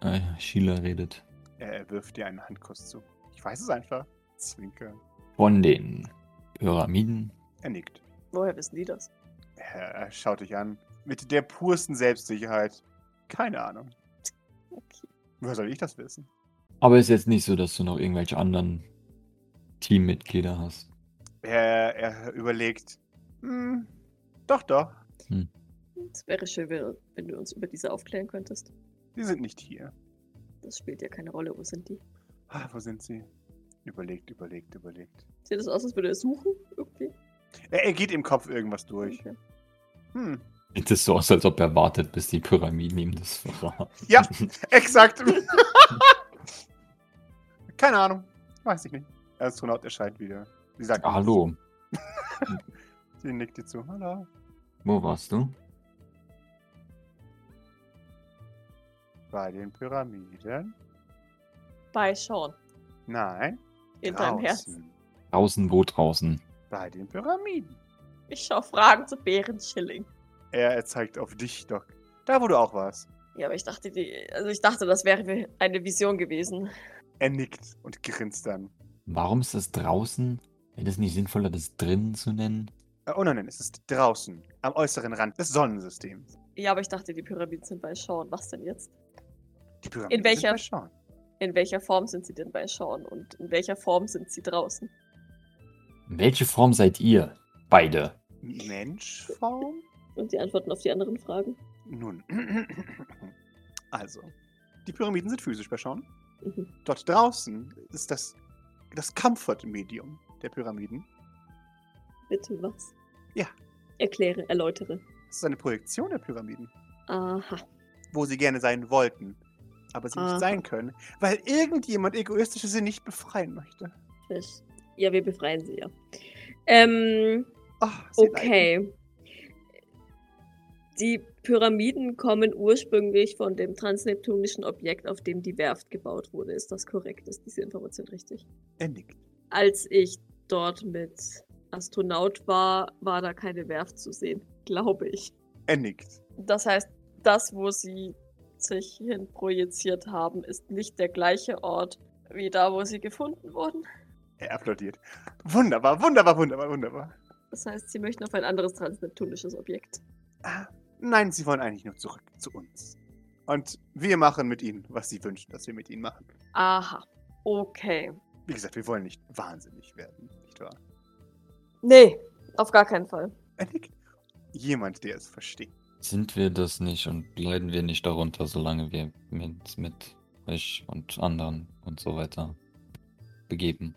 C: äh, Sheila redet?
B: Er, er wirft dir einen Handkuss zu. Ich weiß es einfach. Zwinker.
C: Von den Pyramiden?
B: Er nickt.
A: Woher wissen die das?
B: Er, er schaut dich an. Mit der pursten Selbstsicherheit. Keine Ahnung.
A: Okay.
B: Woher soll ich das wissen?
C: Aber ist jetzt nicht so, dass du noch irgendwelche anderen Teammitglieder hast.
B: Er, er überlegt. Hm, doch, doch.
A: Es wäre schön, wenn wenn du uns über diese aufklären könntest.
B: Sie sind nicht hier.
A: Das spielt ja keine Rolle. Wo sind die?
B: Ah, wo sind sie? Überlegt, überlegt, überlegt.
A: Sieht das aus, als würde er suchen? Irgendwie?
B: Er, er geht im Kopf irgendwas durch.
A: Okay.
B: Hm.
C: Sieht es so aus, als ob er wartet, bis die Pyramiden ihm das verraten.
B: Ja. Exakt. Keine Ahnung. Weiß ich nicht. Der Astronaut erscheint wieder. Sie sagt
C: Ah, Hallo,
B: nichts. Sie nickt dir zu. Hallo.
C: wo warst du?
B: Bei den Pyramiden.
A: Bei Sean.
B: Nein.
A: In deinem Herzen.
B: draußen.
C: Draußen, wo draußen?
B: Bei den Pyramiden.
A: Ich schaue Fragen zu Bärenschilling.
B: Er, er zeigt auf dich, Doc. Da, wo du auch warst.
A: Ja, aber ich dachte, die, also ich dachte, das wäre mir eine Vision gewesen.
B: Er nickt und grinst dann.
C: Warum ist das draußen? Wäre das nicht sinnvoller, das drinnen zu nennen?
B: Äh, Oh nein, nein, es ist draußen. Am äußeren Rand des Sonnensystems.
A: Ja, aber ich dachte, die Pyramiden sind bei Sean. Was denn jetzt?
B: Die Pyramiden
A: welcher-
B: sind bei Sean.
A: In welcher Form sind sie denn bei Sean und in welcher Form sind sie draußen?
C: In welche Form seid ihr? Beide.
B: Menschform?
A: Und die Antworten auf die anderen Fragen?
B: Nun. Also. Die Pyramiden sind physisch bei Sean.
A: Mhm.
B: Dort draußen ist das, das Comfort-Medium der Pyramiden.
A: Bitte was?
B: Ja.
A: Erkläre, erläutere.
B: Das ist eine Projektion der Pyramiden,
A: Aha.
B: wo sie gerne sein wollten, aber sie
A: Ah.
B: nicht sein können, weil irgendjemand egoistisch sie nicht befreien möchte.
A: Fisch. Ja, wir befreien sie ja. Ähm,
B: Ach, Ah, sie leiden.
A: okay. Die Pyramiden kommen ursprünglich von dem transneptunischen Objekt, auf dem die Werft gebaut wurde. Ist das korrekt? Ist diese Information richtig?
B: Er nickt.
A: Als ich dort mit Astronaut war, war da keine Werft zu sehen, glaube ich.
B: Er nickt.
A: Das heißt, das, wo sie sich hin projiziert haben, ist nicht der gleiche Ort wie da, wo sie gefunden wurden.
B: Er applaudiert. Wunderbar, wunderbar, wunderbar, wunderbar.
A: Das heißt, sie möchten auf ein anderes transneptunisches Objekt.
B: Ah, Nein, sie wollen eigentlich nur zurück zu uns. Und wir machen mit ihnen, was sie wünschen, dass wir mit ihnen machen.
A: Aha. Okay.
B: Wie gesagt, wir wollen nicht wahnsinnig werden, nicht wahr?
A: Nee, auf gar keinen Fall.
B: Er nickt. Jemand, der es versteht.
C: Sind wir das nicht und leiden wir nicht darunter, solange wir mit, mit euch und anderen und so weiter begeben?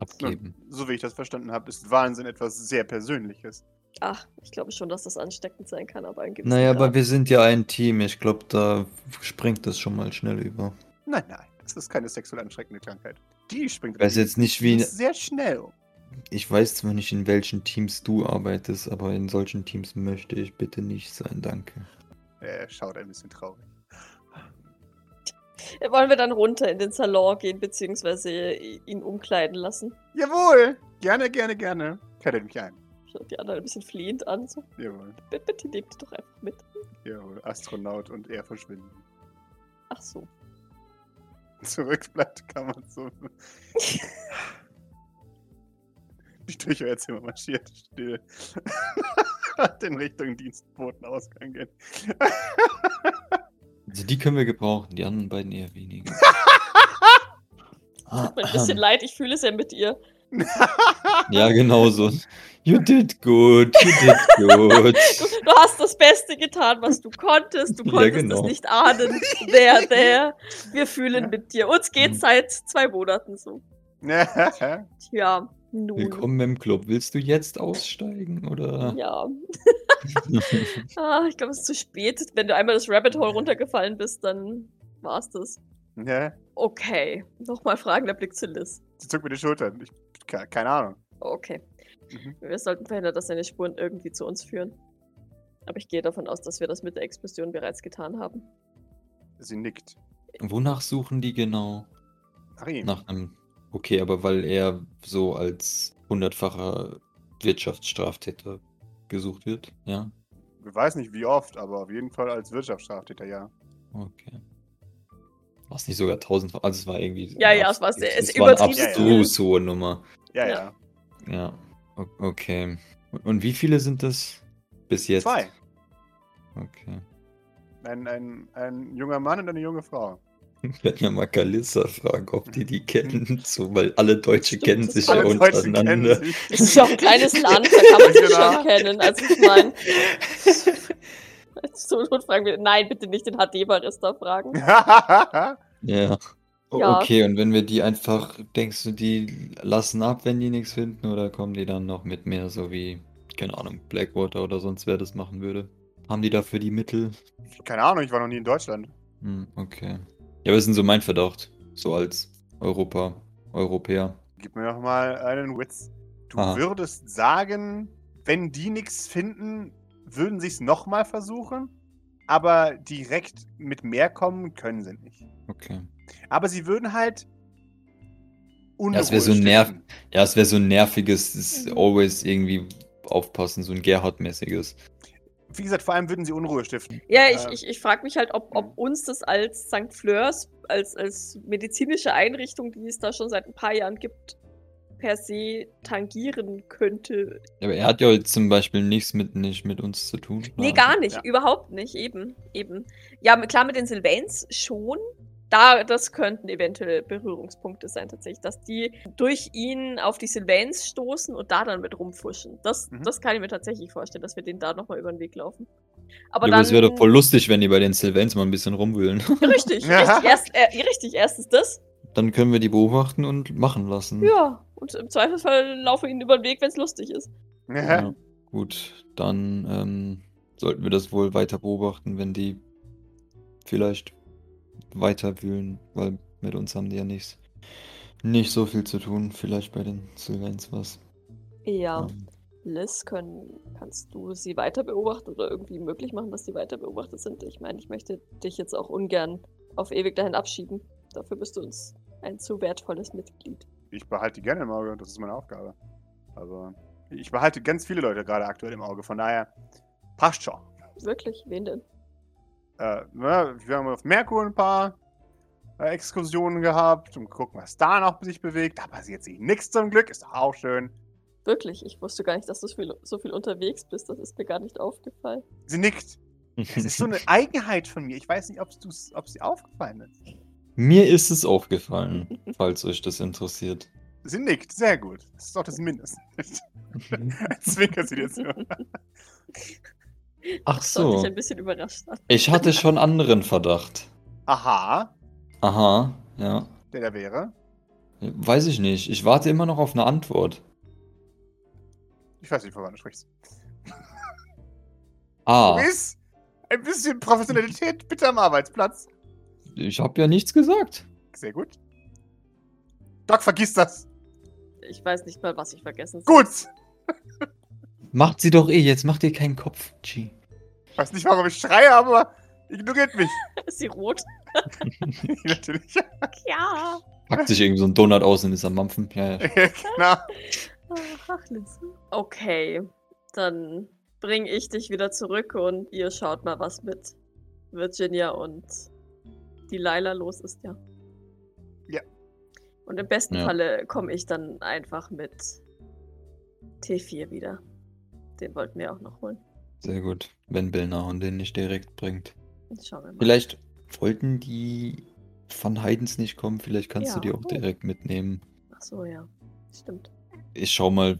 C: Abgeben.
B: So wie ich das verstanden habe, ist Wahnsinn etwas sehr Persönliches.
A: Ach, ich glaube schon, dass das ansteckend sein kann, aber ein gewisser
C: Naja, aber
A: Grad.
C: wir sind ja ein Team. Ich glaube, da springt das schon mal schnell über.
B: Nein, nein, das ist keine sexuell anschreckende Krankheit. Die springt
C: Ich weiß jetzt ne- nicht, wie.
B: sehr schnell um.
C: Ich weiß zwar nicht, in welchen Teams du arbeitest, aber in solchen Teams möchte ich bitte nicht sein, danke.
B: Er schaut ein bisschen traurig.
A: Wollen wir dann runter in den Salon gehen, beziehungsweise ihn umkleiden lassen?
B: Jawohl! Gerne, gerne, gerne. Kettet mich ein.
A: Schaut die anderen ein bisschen flehend an. So,
B: Jawohl,
A: bitte, bitte nehmt doch einfach mit.
B: jawohl. Astronaut und er verschwinden.
A: Ach so.
B: Zurück bleibt, kann man so. Die durch euer Zimmer marschiert, still. in Richtung Dienstbotenausgang gehen.
C: Also die können wir gebrauchen, die anderen beiden eher weniger.
A: Tut mir ein bisschen leid, ich fühle sehr mit ihr.
C: ja, genau so. You did good, you did good.
A: Du, du hast das Beste getan, was du konntest. Du
C: Ja,
A: konntest
C: genau.
A: es nicht ahnen. There, there. Wir fühlen
B: Ja.
A: mit dir. Uns geht's
C: Mhm.
A: seit zwei Monaten so.
B: Ne,
A: Tja, nun.
C: Willkommen im Club. Willst du jetzt aussteigen oder?
A: Ja. Ah, ich glaube, es ist zu spät. Wenn du einmal das Rabbit Hole runtergefallen bist, dann war's das.
B: ja, Ne?
A: Okay. Nochmal fragender Blick zu Liz.
B: sie zuckt mit den Schultern. Ich Ke- Keine Ahnung.
A: Okay.
B: Mhm.
A: Wir sollten verhindern, dass seine Spuren irgendwie zu uns führen. Aber ich gehe davon aus, dass wir das mit der Explosion bereits getan haben.
B: Sie nickt.
C: Wonach suchen die genau?
B: Nach ihm.
C: Nach einem. Okay, aber weil er so als hundertfacher Wirtschaftsstraftäter gesucht wird, ja?
B: Ich weiß nicht wie oft, aber auf jeden Fall als Wirtschaftsstraftäter, ja.
C: Okay. War es nicht sogar tausendfach? Also es war irgendwie.
A: Ja, ja, es war sehr- es
C: es war eine
A: übertrieben
C: abstrus hohe Nummer.
B: Ja,
A: Ja.
B: ja.
C: Ja. O- Okay. Und wie viele sind das bis jetzt?
B: Zwei.
C: Okay.
B: Ein, ein, ein junger Mann und eine junge Frau.
C: Ich werde ja mal Kalissa fragen, ob die
B: Mhm.
C: die kennen, so, weil alle Deutsche
A: Stimmt,
C: kennen
A: das
C: sich ja
A: Alle
B: Alle Deutschen kennen
C: untereinander.
B: sie.
A: Es ist ja auch ein kleines Land, da kann man sich
B: Genau.
A: schon kennen. Also ich meine. So gut fragen wir. Nein, bitte nicht den HD-Barista fragen.
C: Ja.
A: Ja.
C: Okay, und wenn wir die einfach, denkst du, die lassen ab, wenn die nichts finden, oder kommen die dann noch mit mehr, so wie, keine Ahnung, Blackwater oder sonst wer das machen würde? Haben die dafür die Mittel?
B: Keine Ahnung, ich war noch nie in Deutschland.
C: Hm, okay. Ja, was ist denn so mein Verdacht? So als Europa, Europäer.
B: Gib mir noch mal einen Witz. Du
C: Aha.
B: würdest sagen, wenn die nichts finden, würden sie es nochmal versuchen, aber direkt mit mehr kommen können sie nicht.
C: Okay.
B: Aber sie würden halt Unruhe
C: das wär so
B: stiften.
C: nerv- Ja, es wäre so ein nerviges, es
A: Mhm.
C: ist always irgendwie aufpassen, so ein Gerhard-mäßiges.
B: Wie gesagt, vor allem würden sie Unruhe stiften.
A: Ja, ich,
B: Ähm.
A: ich, ich frage mich halt, ob, ob uns das als St. Fleurs, als, als medizinische Einrichtung, die es da schon seit ein paar Jahren gibt, per se tangieren könnte.
C: Aber er hat ja jetzt zum Beispiel nichts mit, nicht mit uns zu tun.
A: Nee,
C: oder?
A: gar nicht.
B: Ja.
A: Überhaupt nicht. Eben. Eben. Ja, mit- klar, mit den Sylvains schon. Da, das könnten eventuell Berührungspunkte sein, tatsächlich, dass die durch ihn auf die Sylvains stoßen und da dann mit rumfuschen. Das,
B: Mhm.
A: das kann ich mir tatsächlich vorstellen, dass wir denen da nochmal über den Weg laufen. Aber
C: Aber ja,
A: dann.
C: aber es wäre doch voll lustig, wenn die bei den Sylvans mal ein bisschen rumwühlen.
A: Richtig,
B: Ja.
A: richtig, erst, äh, richtig, erstens das.
C: Dann können wir die beobachten und machen
B: Mhm.
C: lassen.
A: Ja, und im Zweifelsfall laufen wir ihnen über den Weg, wenn es lustig ist.
C: Ja, Gut, dann ähm, sollten wir das wohl weiter beobachten, wenn die vielleicht weiter wühlen, weil mit uns haben die ja nichts. Nicht so viel zu tun, vielleicht bei den Sylvans was.
A: Ja,
C: Ähm,
A: Liz, können, kannst du sie weiter beobachten oder irgendwie möglich machen, dass sie weiter beobachtet sind? Ich meine, ich möchte dich jetzt auch ungern auf ewig dahin abschieben. Dafür bist du uns ein zu wertvolles Mitglied.
B: Ich behalte die gerne im Auge, das ist meine Aufgabe. Aber ich behalte ganz viele Leute gerade aktuell im Auge, von daher passt schon.
A: Wirklich, wen denn?
B: Äh, ne, wir haben auf Merkur ein paar äh, Exkursionen gehabt, um gucken, was da noch sich bewegt. Da passiert sich nichts zum Glück, ist auch schön.
A: Wirklich, ich wusste gar nicht, dass du so viel, so viel unterwegs bist. Das ist mir gar nicht aufgefallen.
B: Sie nickt. Das ist so eine Eigenheit von mir. Ich weiß nicht, ob es sie aufgefallen ist.
C: Mir ist es aufgefallen, falls euch das interessiert.
B: Sie nickt, sehr gut. Das ist doch das Mindeste. Zwinkert sie dir zu.
C: Ach
A: Das hat
C: so,
A: mich ein bisschen überrascht. Hat.
C: ich hatte schon anderen Verdacht.
B: Aha,
C: Aha, ja.
B: der da wäre.
C: Weiß ich nicht. Ich warte immer noch auf eine Antwort.
B: Ich weiß nicht, von wann du sprichst.
C: Ah,
B: Luis, ein bisschen Professionalität bitte am Arbeitsplatz.
C: ich habe ja nichts gesagt.
B: Sehr gut. Doc, vergiss das.
A: Ich weiß nicht mal, was ich vergessen soll.
B: Gut.
C: Macht sie doch eh, jetzt macht ihr keinen Kopf. G.
B: Ich weiß nicht, warum ich schreie, aber ignoriert mich.
A: Ist sie rot?
B: Natürlich.
A: Ja.
C: Packt sich irgendwie so einen Donut aus und ist am Mampfen. Ja, ja.
B: genau.
A: Ach, Lisse. Okay, dann bringe ich dich wieder zurück und ihr schaut mal, was mit Virginia und Delilah los ist, ja.
B: Ja.
A: Und im besten
C: Ja.
A: Falle komme ich dann einfach mit T4 wieder. Den wollten wir auch noch holen.
C: Sehr gut, wenn Billnahon den nicht direkt bringt.
A: Jetzt schauen wir mal.
C: Vielleicht wollten die Van Heidens nicht kommen, vielleicht kannst du
A: Ja.
C: die auch direkt mitnehmen.
A: Ach so, ja. Stimmt.
C: Ich schau mal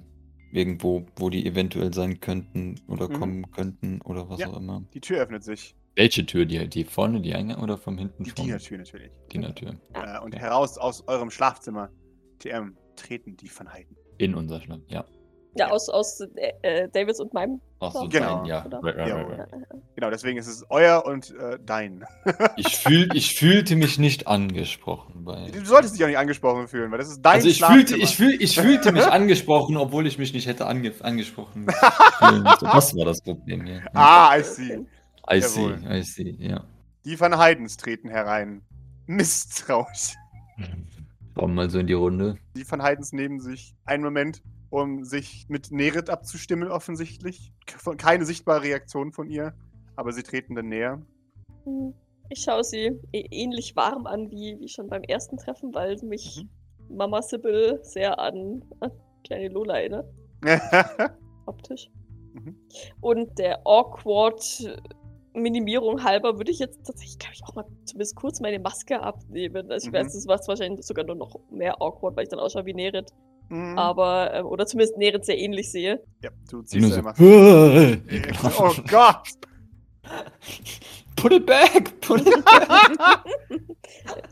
C: irgendwo, wo die eventuell sein könnten oder
B: Mhm.
C: kommen könnten oder was
B: Ja.
C: auch immer.
B: Die Tür öffnet sich.
C: Welche Tür? Die, die vorne, die Eingang oder vom hinten?
B: Die
C: vom-
B: Dienertür natürlich.
C: Dienertür.
A: Ja.
B: Äh, und
C: Okay.
B: heraus aus eurem Schlafzimmer, TM, treten die Van Heiden.
C: In unser Schlamm, ja.
A: Ja, aus, aus äh, äh, Davids und meinem.
C: Ach so,
B: Genau.
C: nein, ja.
A: Oder?
C: Right, right,
B: Ja.
C: right, right.
B: Genau, deswegen ist es euer und äh, dein.
C: Ich, fühl, ich fühlte mich nicht angesprochen. Bei,
B: Du solltest dich auch nicht angesprochen fühlen, weil das ist dein
C: also ich fühlte, ich, fühl, ich fühlte mich angesprochen, obwohl ich mich nicht hätte ange, angesprochen. fühlen müssen. das war das Problem hier.
B: Ah, I see.
C: I see,
B: jawohl.
C: I see, ja.
B: Die Van Heidens treten herein. Misstrauisch.
C: Komm mal so in die Runde.
B: Die Van Heidens nehmen sich einen Moment, um sich mit Nerit abzustimmen, offensichtlich. Ke- Keine sichtbare Reaktion von ihr, aber sie treten dann näher.
A: Hm. Ich schaue sie ä- ähnlich warm an wie, wie schon beim ersten Treffen, weil mich
B: Mhm.
A: Mama Sibyl sehr an an kleine Lola erinnert, optisch.
B: Mhm.
A: Und der awkward Minimierung halber würde ich jetzt tatsächlich, glaube ich, auch mal zumindest kurz meine Maske abnehmen. Also ich weiß,
B: Mhm.
A: das war wahrscheinlich sogar nur noch mehr awkward, weil ich dann ausschaue wie Nerit.
B: Mhm.
A: Aber, ähm, oder zumindest Nerit sehr ähnlich sehe.
B: Ja, du
C: Sie nur
B: ziehst
C: so,
B: einfach. Oh
C: oh
B: Gott!
C: Put it back, put it back.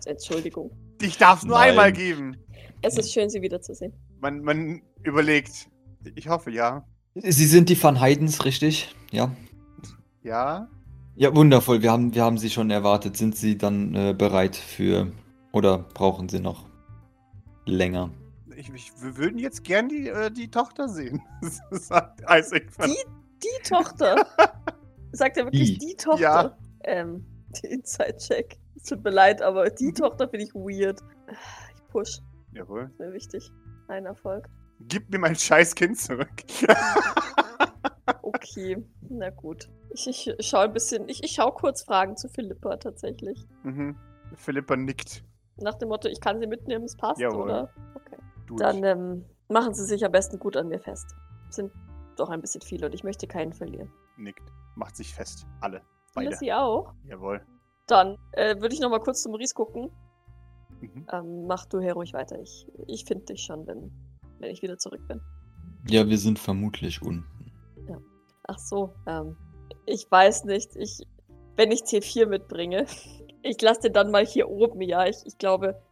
A: Äh, Entschuldigung.
B: Ich darf es nur
C: Nein.
B: einmal geben.
A: Es
B: Mhm.
A: ist schön, sie wiederzusehen.
B: Man, man überlegt. Ich hoffe, ja.
C: Sie sind die Van Heidens, richtig? Ja.
B: Ja.
C: Ja, wundervoll. Wir haben, wir haben sie schon erwartet. Sind sie dann äh, bereit für oder brauchen sie noch länger?
B: Ich, ich, wir würden jetzt gern die, äh, die Tochter sehen. sagt Isaac von
A: Die Tochter. Sagt er wirklich
C: Die.
A: die, Tochter?
B: Ja.
A: Ähm, die Inside-Check. Es Tut mir leid, aber
B: Mhm.
A: die Tochter finde ich weird. Ich push.
B: Jawohl.
A: Ist mir wichtig. Ein Erfolg.
B: Gib mir mein scheiß Kind zurück.
A: Okay, na gut. Ich, ich schaue ein bisschen. Ich, ich schaue kurz Fragen zu Philippa tatsächlich.
B: mhm. Philippa nickt.
A: Nach dem Motto, ich kann sie mitnehmen, es passt,
B: Jawohl.
A: oder?
B: Durch.
A: Dann ähm, machen sie sich am besten gut an mir fest. Sind doch ein bisschen viele und ich möchte keinen verlieren.
B: Nickt. Macht sich fest. Alle. Beide.
A: Beide. sie auch.
B: Jawohl.
A: Dann äh, würde ich nochmal kurz zum Maurice gucken.
B: Mhm.
A: Ähm, mach du her ruhig weiter. Ich, ich finde dich schon, wenn, wenn ich wieder zurück bin.
C: Ja, wir sind vermutlich unten.
A: Ach so, ähm, ich weiß nicht. Ich, wenn ich T4 mitbringe, ich lasse den dann mal hier oben, ja. Ich, ich glaube,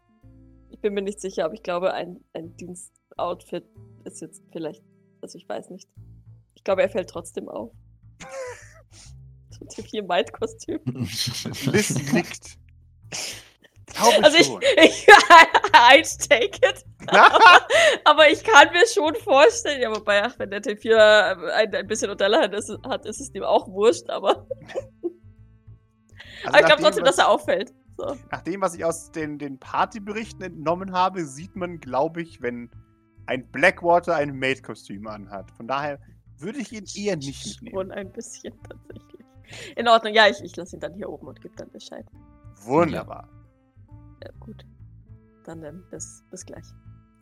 A: ich bin mir nicht sicher, aber ich glaube, ein, ein Dienstoutfit ist jetzt vielleicht, also ich weiß nicht. Ich glaube, er fällt trotzdem auf. so ein T4-Maid-Kostüm.
B: Liz nickt. Glaube
A: Also ich,
B: schon. Also
A: ich I take it. Aber ich kann mir schon vorstellen, ja, wobei, ach, wenn der T4 ein, ein bisschen Unterlagen ist, hat, ist es ihm auch wurscht, aber,
B: Also
A: aber ich glaube trotzdem, dass er auffällt. So.
B: Nach dem, was ich aus den, den Partyberichten entnommen habe, sieht man, glaube ich, wenn ein Blackwater ein Maid-Kostüm anhat. Von daher würde ich ihn eher nicht mitnehmen.
A: Schon ein bisschen tatsächlich. In Ordnung, ja, ich, ich lasse ihn dann hier oben und gebe dann Bescheid.
B: Wunderbar.
A: Ja, gut. Dann ähm, bis, bis gleich.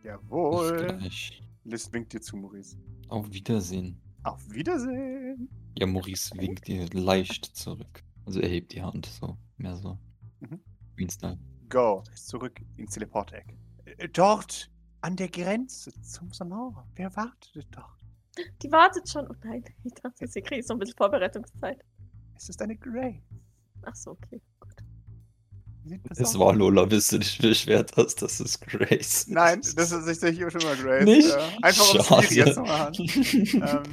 C: Bis
B: Jawohl.
C: gleich.
B: Liz winkt dir zu, Maurice.
C: Auf Wiedersehen.
B: Auf Wiedersehen.
C: Ja, Maurice winkt ihr leicht zurück. Also er hebt die Hand so. Mehr so.
B: Mhm.
C: Queen-Style.
B: Go. Zurück ins Teleporteck. Äh, Dort an der Grenze zum Sonora. Wer wartet doch?
A: Die wartet schon. Oh nein, ich dachte, sie kriegt so ein bisschen Vorbereitungszeit.
B: Es ist eine Grey.
A: Ach so, okay. Gut.
B: Sieht das
C: Es
B: aus?
C: war Lola, bist du dich beschwert hast, das ist Grace.
B: Nein, das ist tatsächlich schon mal Grace.
C: Nicht?
B: Äh, einfach um es
C: Schade.
B: schwieriger zu machen. ähm,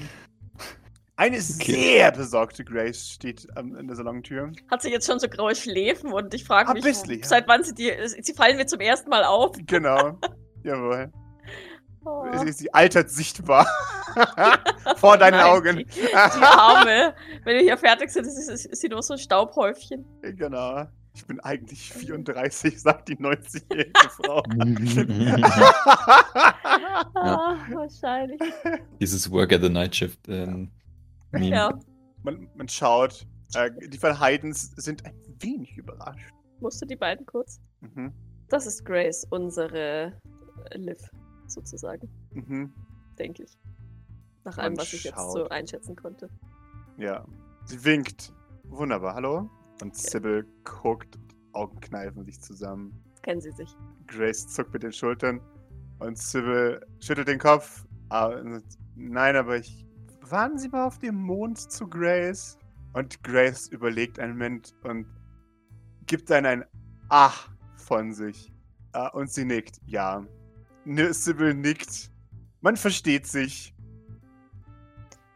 B: eine
C: Okay.
B: sehr besorgte Grace steht ähm, in der Salontür.
A: Hat sie jetzt schon so graue Schläfen und ich frage
B: Ah,
A: mich,
B: bisschen, ja.
A: seit wann sie die. äh, Sie fallen mir zum ersten Mal auf.
B: Genau. Jawohl.
A: Oh.
B: Sie, sie altert sichtbar. Vor deinen
A: Nein,
B: Augen.
A: Die, die Arme. Wenn wir hier fertig sind, ist, ist, ist sie nur so ein Staubhäufchen.
B: genau. Ich bin eigentlich 34, sagt die 90-jährige Frau.
A: Ah, wahrscheinlich.
C: Dieses Work at the Night Shift. Ähm, Meme.
A: Ja,
B: man, man schaut. Äh, die Van Heidens sind ein wenig überrascht.
A: musst du die beiden kurz?
B: Mhm.
A: Das ist Grace, unsere äh, Liv, sozusagen,
B: Mhm.
A: denke ich. Nach
B: Man
A: allem, was ich jetzt so
B: schaut.
A: einschätzen konnte.
B: Ja. Sie winkt. Wunderbar, hallo. Und
A: Okay.
B: Sybil guckt, Augen kneifen sich zusammen.
A: Kennen sie sich.
B: Grace zuckt mit den Schultern und Sybil schüttelt den Kopf. Ah, nein, aber ich. Waren Sie mal auf dem Mond zu Grace? Und Grace überlegt einen Moment und gibt dann ein Ach von sich. Ah, und sie nickt. Ja. Ne, Sybil nickt. Man versteht sich.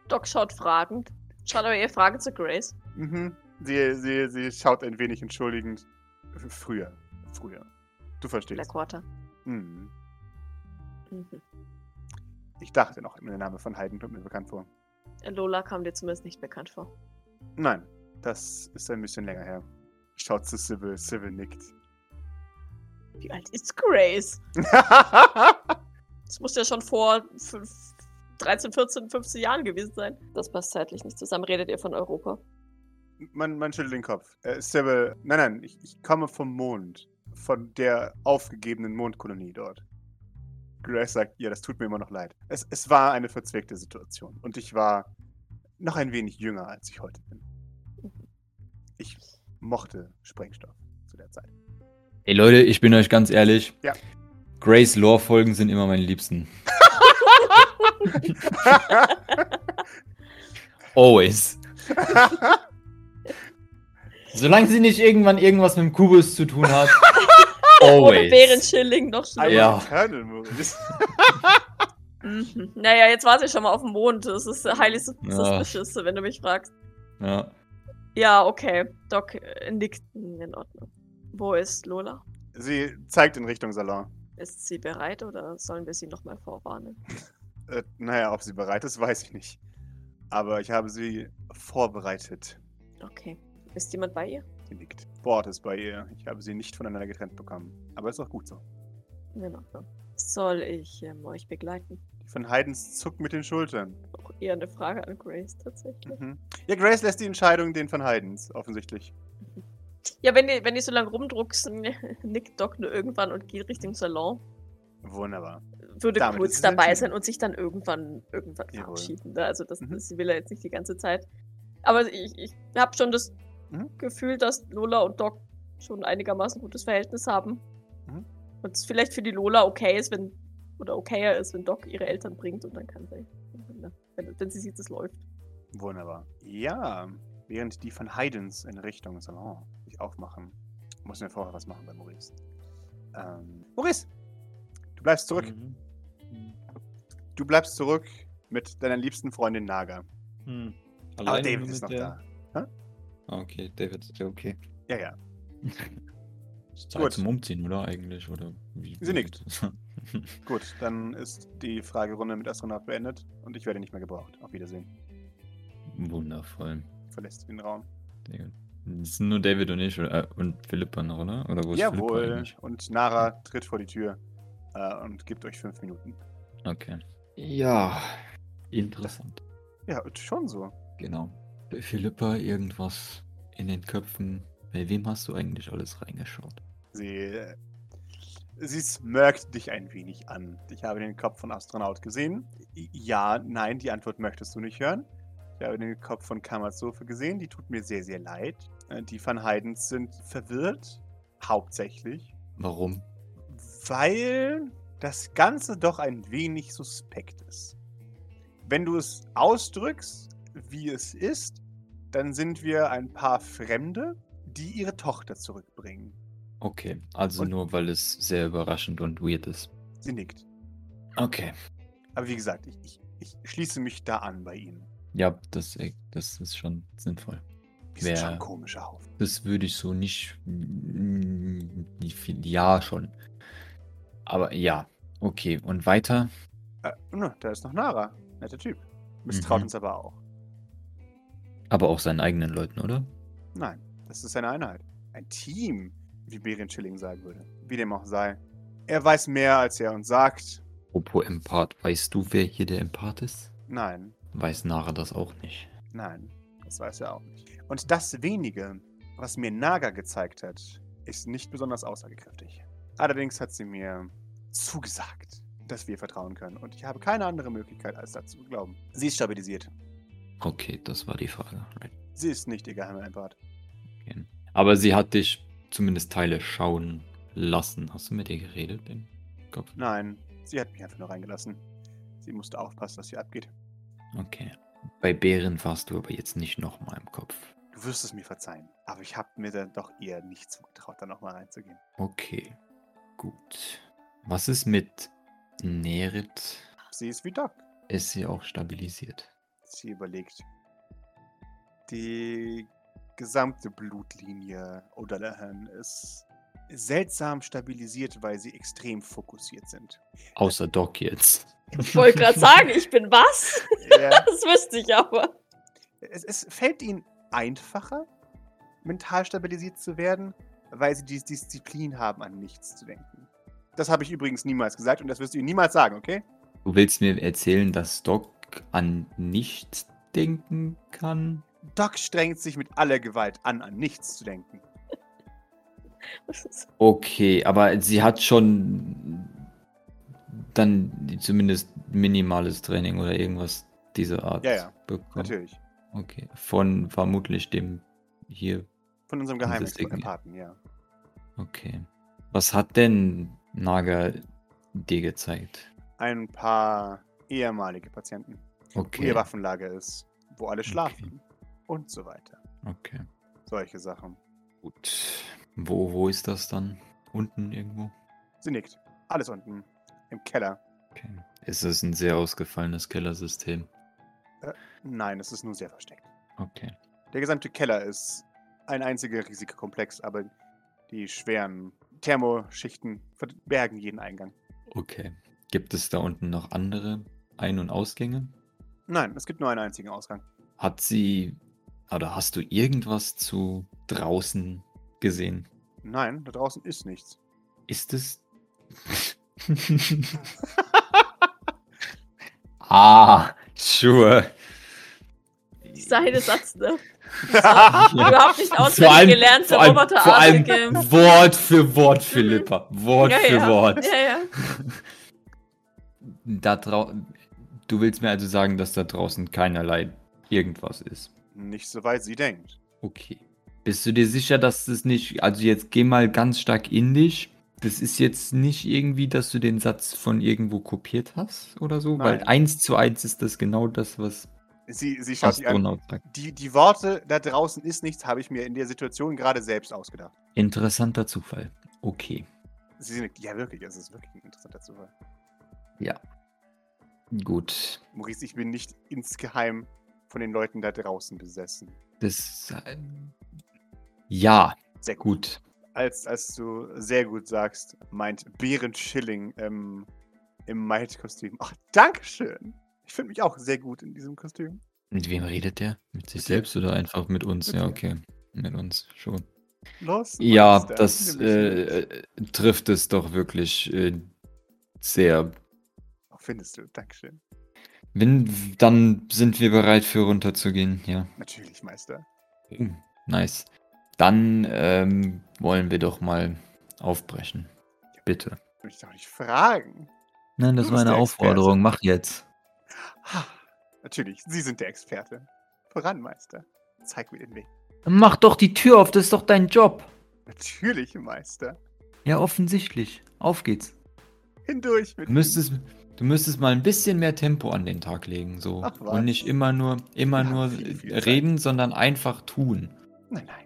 A: Doc schaut fragend. Schaut aber ihr Frage zu Grace.
B: Mhm. Sie, sie, sie schaut ein wenig entschuldigend. F- Früher. Früher. Du verstehst.
A: Blackwater.
B: Mhm.
A: Mhm.
B: Ich dachte noch, der Name von Haydn kommt mir bekannt vor.
A: Lola kam dir zumindest nicht bekannt vor.
B: Nein, das ist ein bisschen länger her. Schaut zu Sybil. Sybil nickt.
A: Wie alt ist Grace? Das muss ja schon vor fünf, 13, 14, 15 Jahren gewesen sein. Das passt zeitlich nicht zusammen. Redet ihr von Europa?
B: man, man schüttelt den Kopf. Äh, Sybil, nein, nein, ich, ich komme vom Mond. Von der aufgegebenen Mondkolonie dort. Grace sagt, ja, das tut mir immer noch leid. Es, es war eine verzwickte Situation. Und ich war noch ein wenig jünger, als ich heute bin. Ich mochte Sprengstoff zu der Zeit.
C: Ey Leute, ich bin euch ganz ehrlich.
B: Ja.
C: Grace Lore Folgen sind immer meine liebsten. Always. Solange sie nicht irgendwann irgendwas mit dem Kubus zu tun hat. always.
A: Ohne Bärenschilling noch schlimmer.
C: Ja.
B: Colonel Maurice.
A: Mhm. Naja, jetzt war sie schon mal auf dem Mond. Das ist äh, highly sus-
C: Ja.
A: suspicious, wenn du mich fragst.
C: Ja.
A: Ja, okay. Doc äh, nickt Hm, in Ordnung. Wo ist Lola?
B: Sie zeigt in Richtung Salon.
A: Ist sie bereit oder sollen wir sie nochmal vorwarnen?
B: Äh, naja, ob sie bereit ist, weiß ich nicht. Aber ich habe sie vorbereitet.
A: Okay. Ist jemand bei ihr?
B: Sie nickt. Bord ist bei ihr. Ich habe sie nicht voneinander getrennt bekommen. Aber ist auch gut so.
A: In Ordnung. Soll ich ähm, euch begleiten?
B: Die von Haydns zuckt mit den Schultern.
A: Auch eher eine Frage an Grace tatsächlich.
B: Mhm. Ja, Grace lässt die Entscheidung den von Haydns, offensichtlich.
A: Ja, wenn die, wenn die so lange rumdruckst, nickt Doc nur irgendwann und geht Richtung Salon.
B: Wunderbar.
A: würde
B: Damit ist
A: kurz
B: es
A: dabei
B: entschieden.
A: sein und sich dann irgendwann, irgendwann
B: Jawohl.
A: verabschieden. ne? Also das,
B: Mhm.
A: das will er jetzt nicht die ganze Zeit. Aber ich, ich habe schon das
B: Mhm.
A: Gefühl, dass Lola und Doc schon einigermaßen gutes Verhältnis haben.
B: Mhm.
A: Und es vielleicht für die Lola okay ist, wenn oder okayer ist, wenn Doc ihre Eltern bringt und dann kann sie, wenn, wenn sie sieht, es läuft.
B: Wunderbar. Ja, während die von Haydns in Richtung Salon sich aufmachen, muss mir vorher was machen bei Maurice. Ähm, Maurice! Du bleibst zurück.
C: Mhm.
B: Du bleibst zurück mit deiner liebsten Freundin Naga.
C: Hm.
B: Aber
C: Alleine
B: David
C: nur
B: ist
C: mit
B: noch
C: der-
B: da.
C: Ah, okay, David ist ja okay.
B: Ja, ja.
C: Ist
B: Gut.
C: Zeit zum Umziehen, oder eigentlich? Oder wie,
B: Sie nickt. Gut, dann ist die Fragerunde mit Astronaut beendet und ich werde nicht mehr gebraucht. Auf Wiedersehen.
C: Wundervoll.
B: Verlässt den Raum.
C: Digga. Es sind nur David und ich oder, äh, und Philippa noch, oder? Oder wo ist Philippa
B: Jawohl.
C: eigentlich?
B: Und Nara tritt vor die Tür äh, und gibt euch fünf Minuten.
C: Okay. Ja. Interessant.
B: Ja, schon so.
C: Genau. Bei Philippa, irgendwas in den Köpfen. Bei wem hast du eigentlich alles reingeschaut?
B: Sie, äh, sie smirkt dich ein wenig an. Ich habe den Kopf von Astronaut gesehen. I- Ja, nein, die Antwort möchtest du nicht hören. Ich habe den Kopf von Kammerzofe gesehen. Die tut mir sehr, sehr leid. Äh, Die Van Heidens sind verwirrt. Hauptsächlich.
C: Warum?
B: weil das Ganze doch ein wenig suspekt ist. Wenn du es ausdrückst, wie es ist, dann sind wir ein paar Fremde, die ihre Tochter zurückbringen.
C: Okay, also
B: Und-
C: nur weil es sehr überraschend und weird ist.
B: Sie nickt.
C: Okay.
B: Aber wie gesagt, ich, ich, ich schließe mich da an bei ihnen.
C: Ja, das, äh, das ist schon sinnvoll.
B: Die sind
C: Wer-
B: schon ein komischer Haufen.
C: Das würde ich so nicht. mm, die viel- Ja, schon. Aber ja. Okay, und weiter?
B: Äh, na, da ist noch Nara. Netter Typ. Misstraut
C: Mhm.
B: uns aber auch.
C: Aber auch seinen eigenen Leuten, oder?
B: Nein, das ist eine Einheit. Ein Team, wie Berin Schilling sagen würde. Wie dem auch sei. Er weiß mehr, als er uns sagt.
C: Apropos Empath, weißt du, wer hier der Empath ist?
B: Nein,
C: Weiß Nara das auch nicht.
B: Nein, das weiß er auch nicht. Und das wenige, was mir Naga gezeigt hat, ist nicht besonders aussagekräftig. Allerdings hat sie mir zugesagt, dass wir vertrauen können. Und ich habe keine andere Möglichkeit, als dazu zu glauben. Sie ist stabilisiert.
C: Okay, das war die Frage. Right.
B: Sie ist nicht ihr geheimer Empath.
C: Okay. Aber sie hat dich zumindest Teile schauen lassen. Hast du mit ihr geredet im Kopf?
B: Nein, sie hat mich einfach nur reingelassen. Sie musste aufpassen, was hier abgeht.
C: Okay. Bei Bären warst du aber jetzt nicht nochmal im Kopf.
B: Du wirst es mir verzeihen. Aber ich habe mir dann doch eher nicht zugetraut, da nochmal reinzugehen.
C: Okay. Gut. Was ist mit Nerit?
B: Sie ist wie Doc.
C: Ist sie auch stabilisiert?
B: Sie überlegt. Die gesamte Blutlinie O'Dallahan ist seltsam stabilisiert, weil sie extrem fokussiert sind.
C: Außer Doc jetzt.
A: Ich wollte gerade sagen, ich bin was?
B: Ja.
A: Das wüsste ich aber.
B: es, es fällt ihnen einfacher, mental stabilisiert zu werden, weil sie die Disziplin haben, an nichts zu denken. Das habe ich übrigens niemals gesagt und das wirst du ihr niemals sagen, okay?
C: Du willst mir erzählen, dass Doc an nichts denken kann?
B: Doc strengt sich mit aller Gewalt an, an nichts zu denken.
A: Das ist-
C: Okay, aber sie hat schon dann die- zumindest minimales Training oder irgendwas dieser Art
B: Ja, ja,
C: bekommen.
B: Natürlich.
C: Okay, von vermutlich dem hier.
B: Von unserem
C: Und
B: geheimen
C: deswegen-
B: Paten, ja.
C: Okay. Was hat denn Naga dir gezeigt?
B: Ein paar ehemalige Patienten, wo
C: Okay.
B: ihr Waffenlager ist, wo alle schlafen und so weiter.
C: Okay.
B: Solche Sachen.
C: Gut. Wo, wo ist das dann? Unten irgendwo?
B: Sie nickt. Alles unten. Im Keller.
C: Okay. Es ist ein sehr ausgefallenes Kellersystem.
B: Nein, es ist nur sehr versteckt.
C: Okay.
B: Der gesamte Keller ist ein einziger riesiger Komplex, aber die schweren Thermoschichten verbergen jeden Eingang.
C: Okay. Gibt es da unten noch andere Ein- und Ausgänge?
B: Nein, es gibt nur einen einzigen Ausgang.
C: Hat sie oder hast du irgendwas zu draußen gesehen?
B: Nein, da draußen ist nichts.
C: Ist es. ah, sure.
A: Dieser eine Satz, ne?
C: Ah, Ja.
A: Überhaupt nicht
C: Vor allem-
A: auswendig gelernte
C: vor allem- vor allem
A: Roboterartige.
C: Wort für Wort, Philippa. Wort
A: Ja,
C: für
A: ja.
C: Wort.
A: Ja, ja.
C: Da drau du willst mir also sagen, dass da draußen keinerlei irgendwas ist.
B: Nicht so weit sie denkt.
C: Okay. Bist du dir sicher, dass das nicht, also jetzt geh mal ganz stark in dich. Das ist jetzt nicht irgendwie, dass du den Satz von irgendwo kopiert hast oder so, weil
B: Nein.
C: eins zu eins ist das genau das, was
B: Sie, sie schaut sich an.
C: Astronaut sagt.
B: Die, die Worte, da draußen ist nichts, habe ich mir in der Situation gerade selbst ausgedacht.
C: Interessanter Zufall. Okay.
B: Sie nickt. Ja, wirklich, es ist wirklich ein interessanter Zufall.
C: Gut.
B: Maurice, ich bin nicht insgeheim von den Leuten da draußen besessen.
C: Das. äh, Ja,
B: Sehr gut.
C: gut.
B: als, als du sehr gut sagst, meint Behrend Schilling ähm, im Maid-Kostüm. Ach, Dankeschön. Ich finde mich auch sehr gut in diesem Kostüm.
C: Mit wem redet der? Mit sich
B: Mit dir.
C: selbst oder einfach mit uns?
B: Mit
C: Ja,
B: dir.
C: okay. Mit uns schon.
B: Los.
C: Ja,
B: Meister,
C: das
B: wir müssen
C: äh,
B: los.
C: äh, trifft es doch wirklich äh, sehr.
B: Auch findest du, Dankeschön.
C: Wenn, dann sind wir bereit für runterzugehen, ja.
B: Natürlich, Meister. Hm.
C: Uh, nice. Dann ähm, wollen wir doch mal aufbrechen. Bitte.
B: Will ich doch nicht fragen.
C: Nein,
B: Du
C: das war
B: bist
C: eine
B: der Experte.
C: Aufforderung. Mach jetzt.
B: Ha, natürlich, Sie sind der Experte. Voran, Meister. Zeig mir den Weg.
C: Mach doch die Tür auf, das ist doch dein Job.
B: Natürlich, Meister.
C: Ja, offensichtlich. Auf geht's.
B: Hindurch mit
C: Du müsstest, du müsstest mal ein bisschen mehr Tempo an den Tag legen, so.
B: Ach, was.
C: Und nicht immer nur, immer
B: Wir haben
C: nur
B: viel, viel Zeit.
C: reden, sondern einfach tun.
B: ihm. Nein, nein.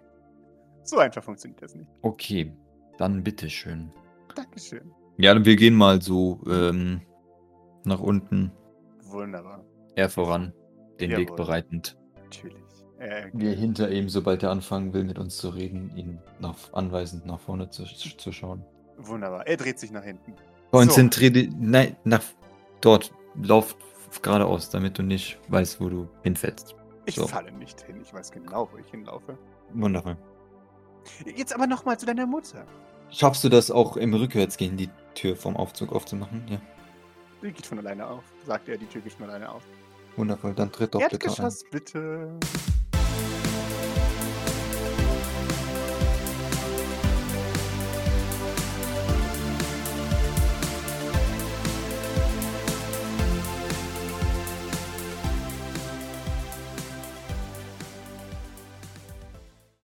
B: So einfach funktioniert das nicht.
C: Okay, dann bitteschön.
B: Dankeschön.
C: Ja, wir gehen mal so ähm, nach unten,
B: Wunderbar.
C: er voran, den Weg
B: Jawohl.
C: bereitend.
B: Natürlich. Äh,
C: Wir hinter ihm, sobald er anfangen will, mit uns zu reden, ihn nach, anweisend nach vorne zu, zu schauen.
B: wunderbar. Er dreht sich nach hinten.
C: Konzentrier dich. Nein, nach dort. Lauf geradeaus, damit du nicht weißt, wo du hinfällst.
B: Ich
C: So.
B: falle nicht hin, ich weiß genau, wo ich hinlaufe.
C: Wundervoll.
B: Jetzt aber nochmal zu deiner Mutter.
C: Schaffst du das auch im Rückwärtsgehen, die Tür vom Aufzug aufzumachen? Ja.
B: Die geht von alleine auf, sagt er, die Tür geht von alleine auf.
C: Wundervoll, dann tritt doch bitte ein.
B: Erdgeschoss, bitte.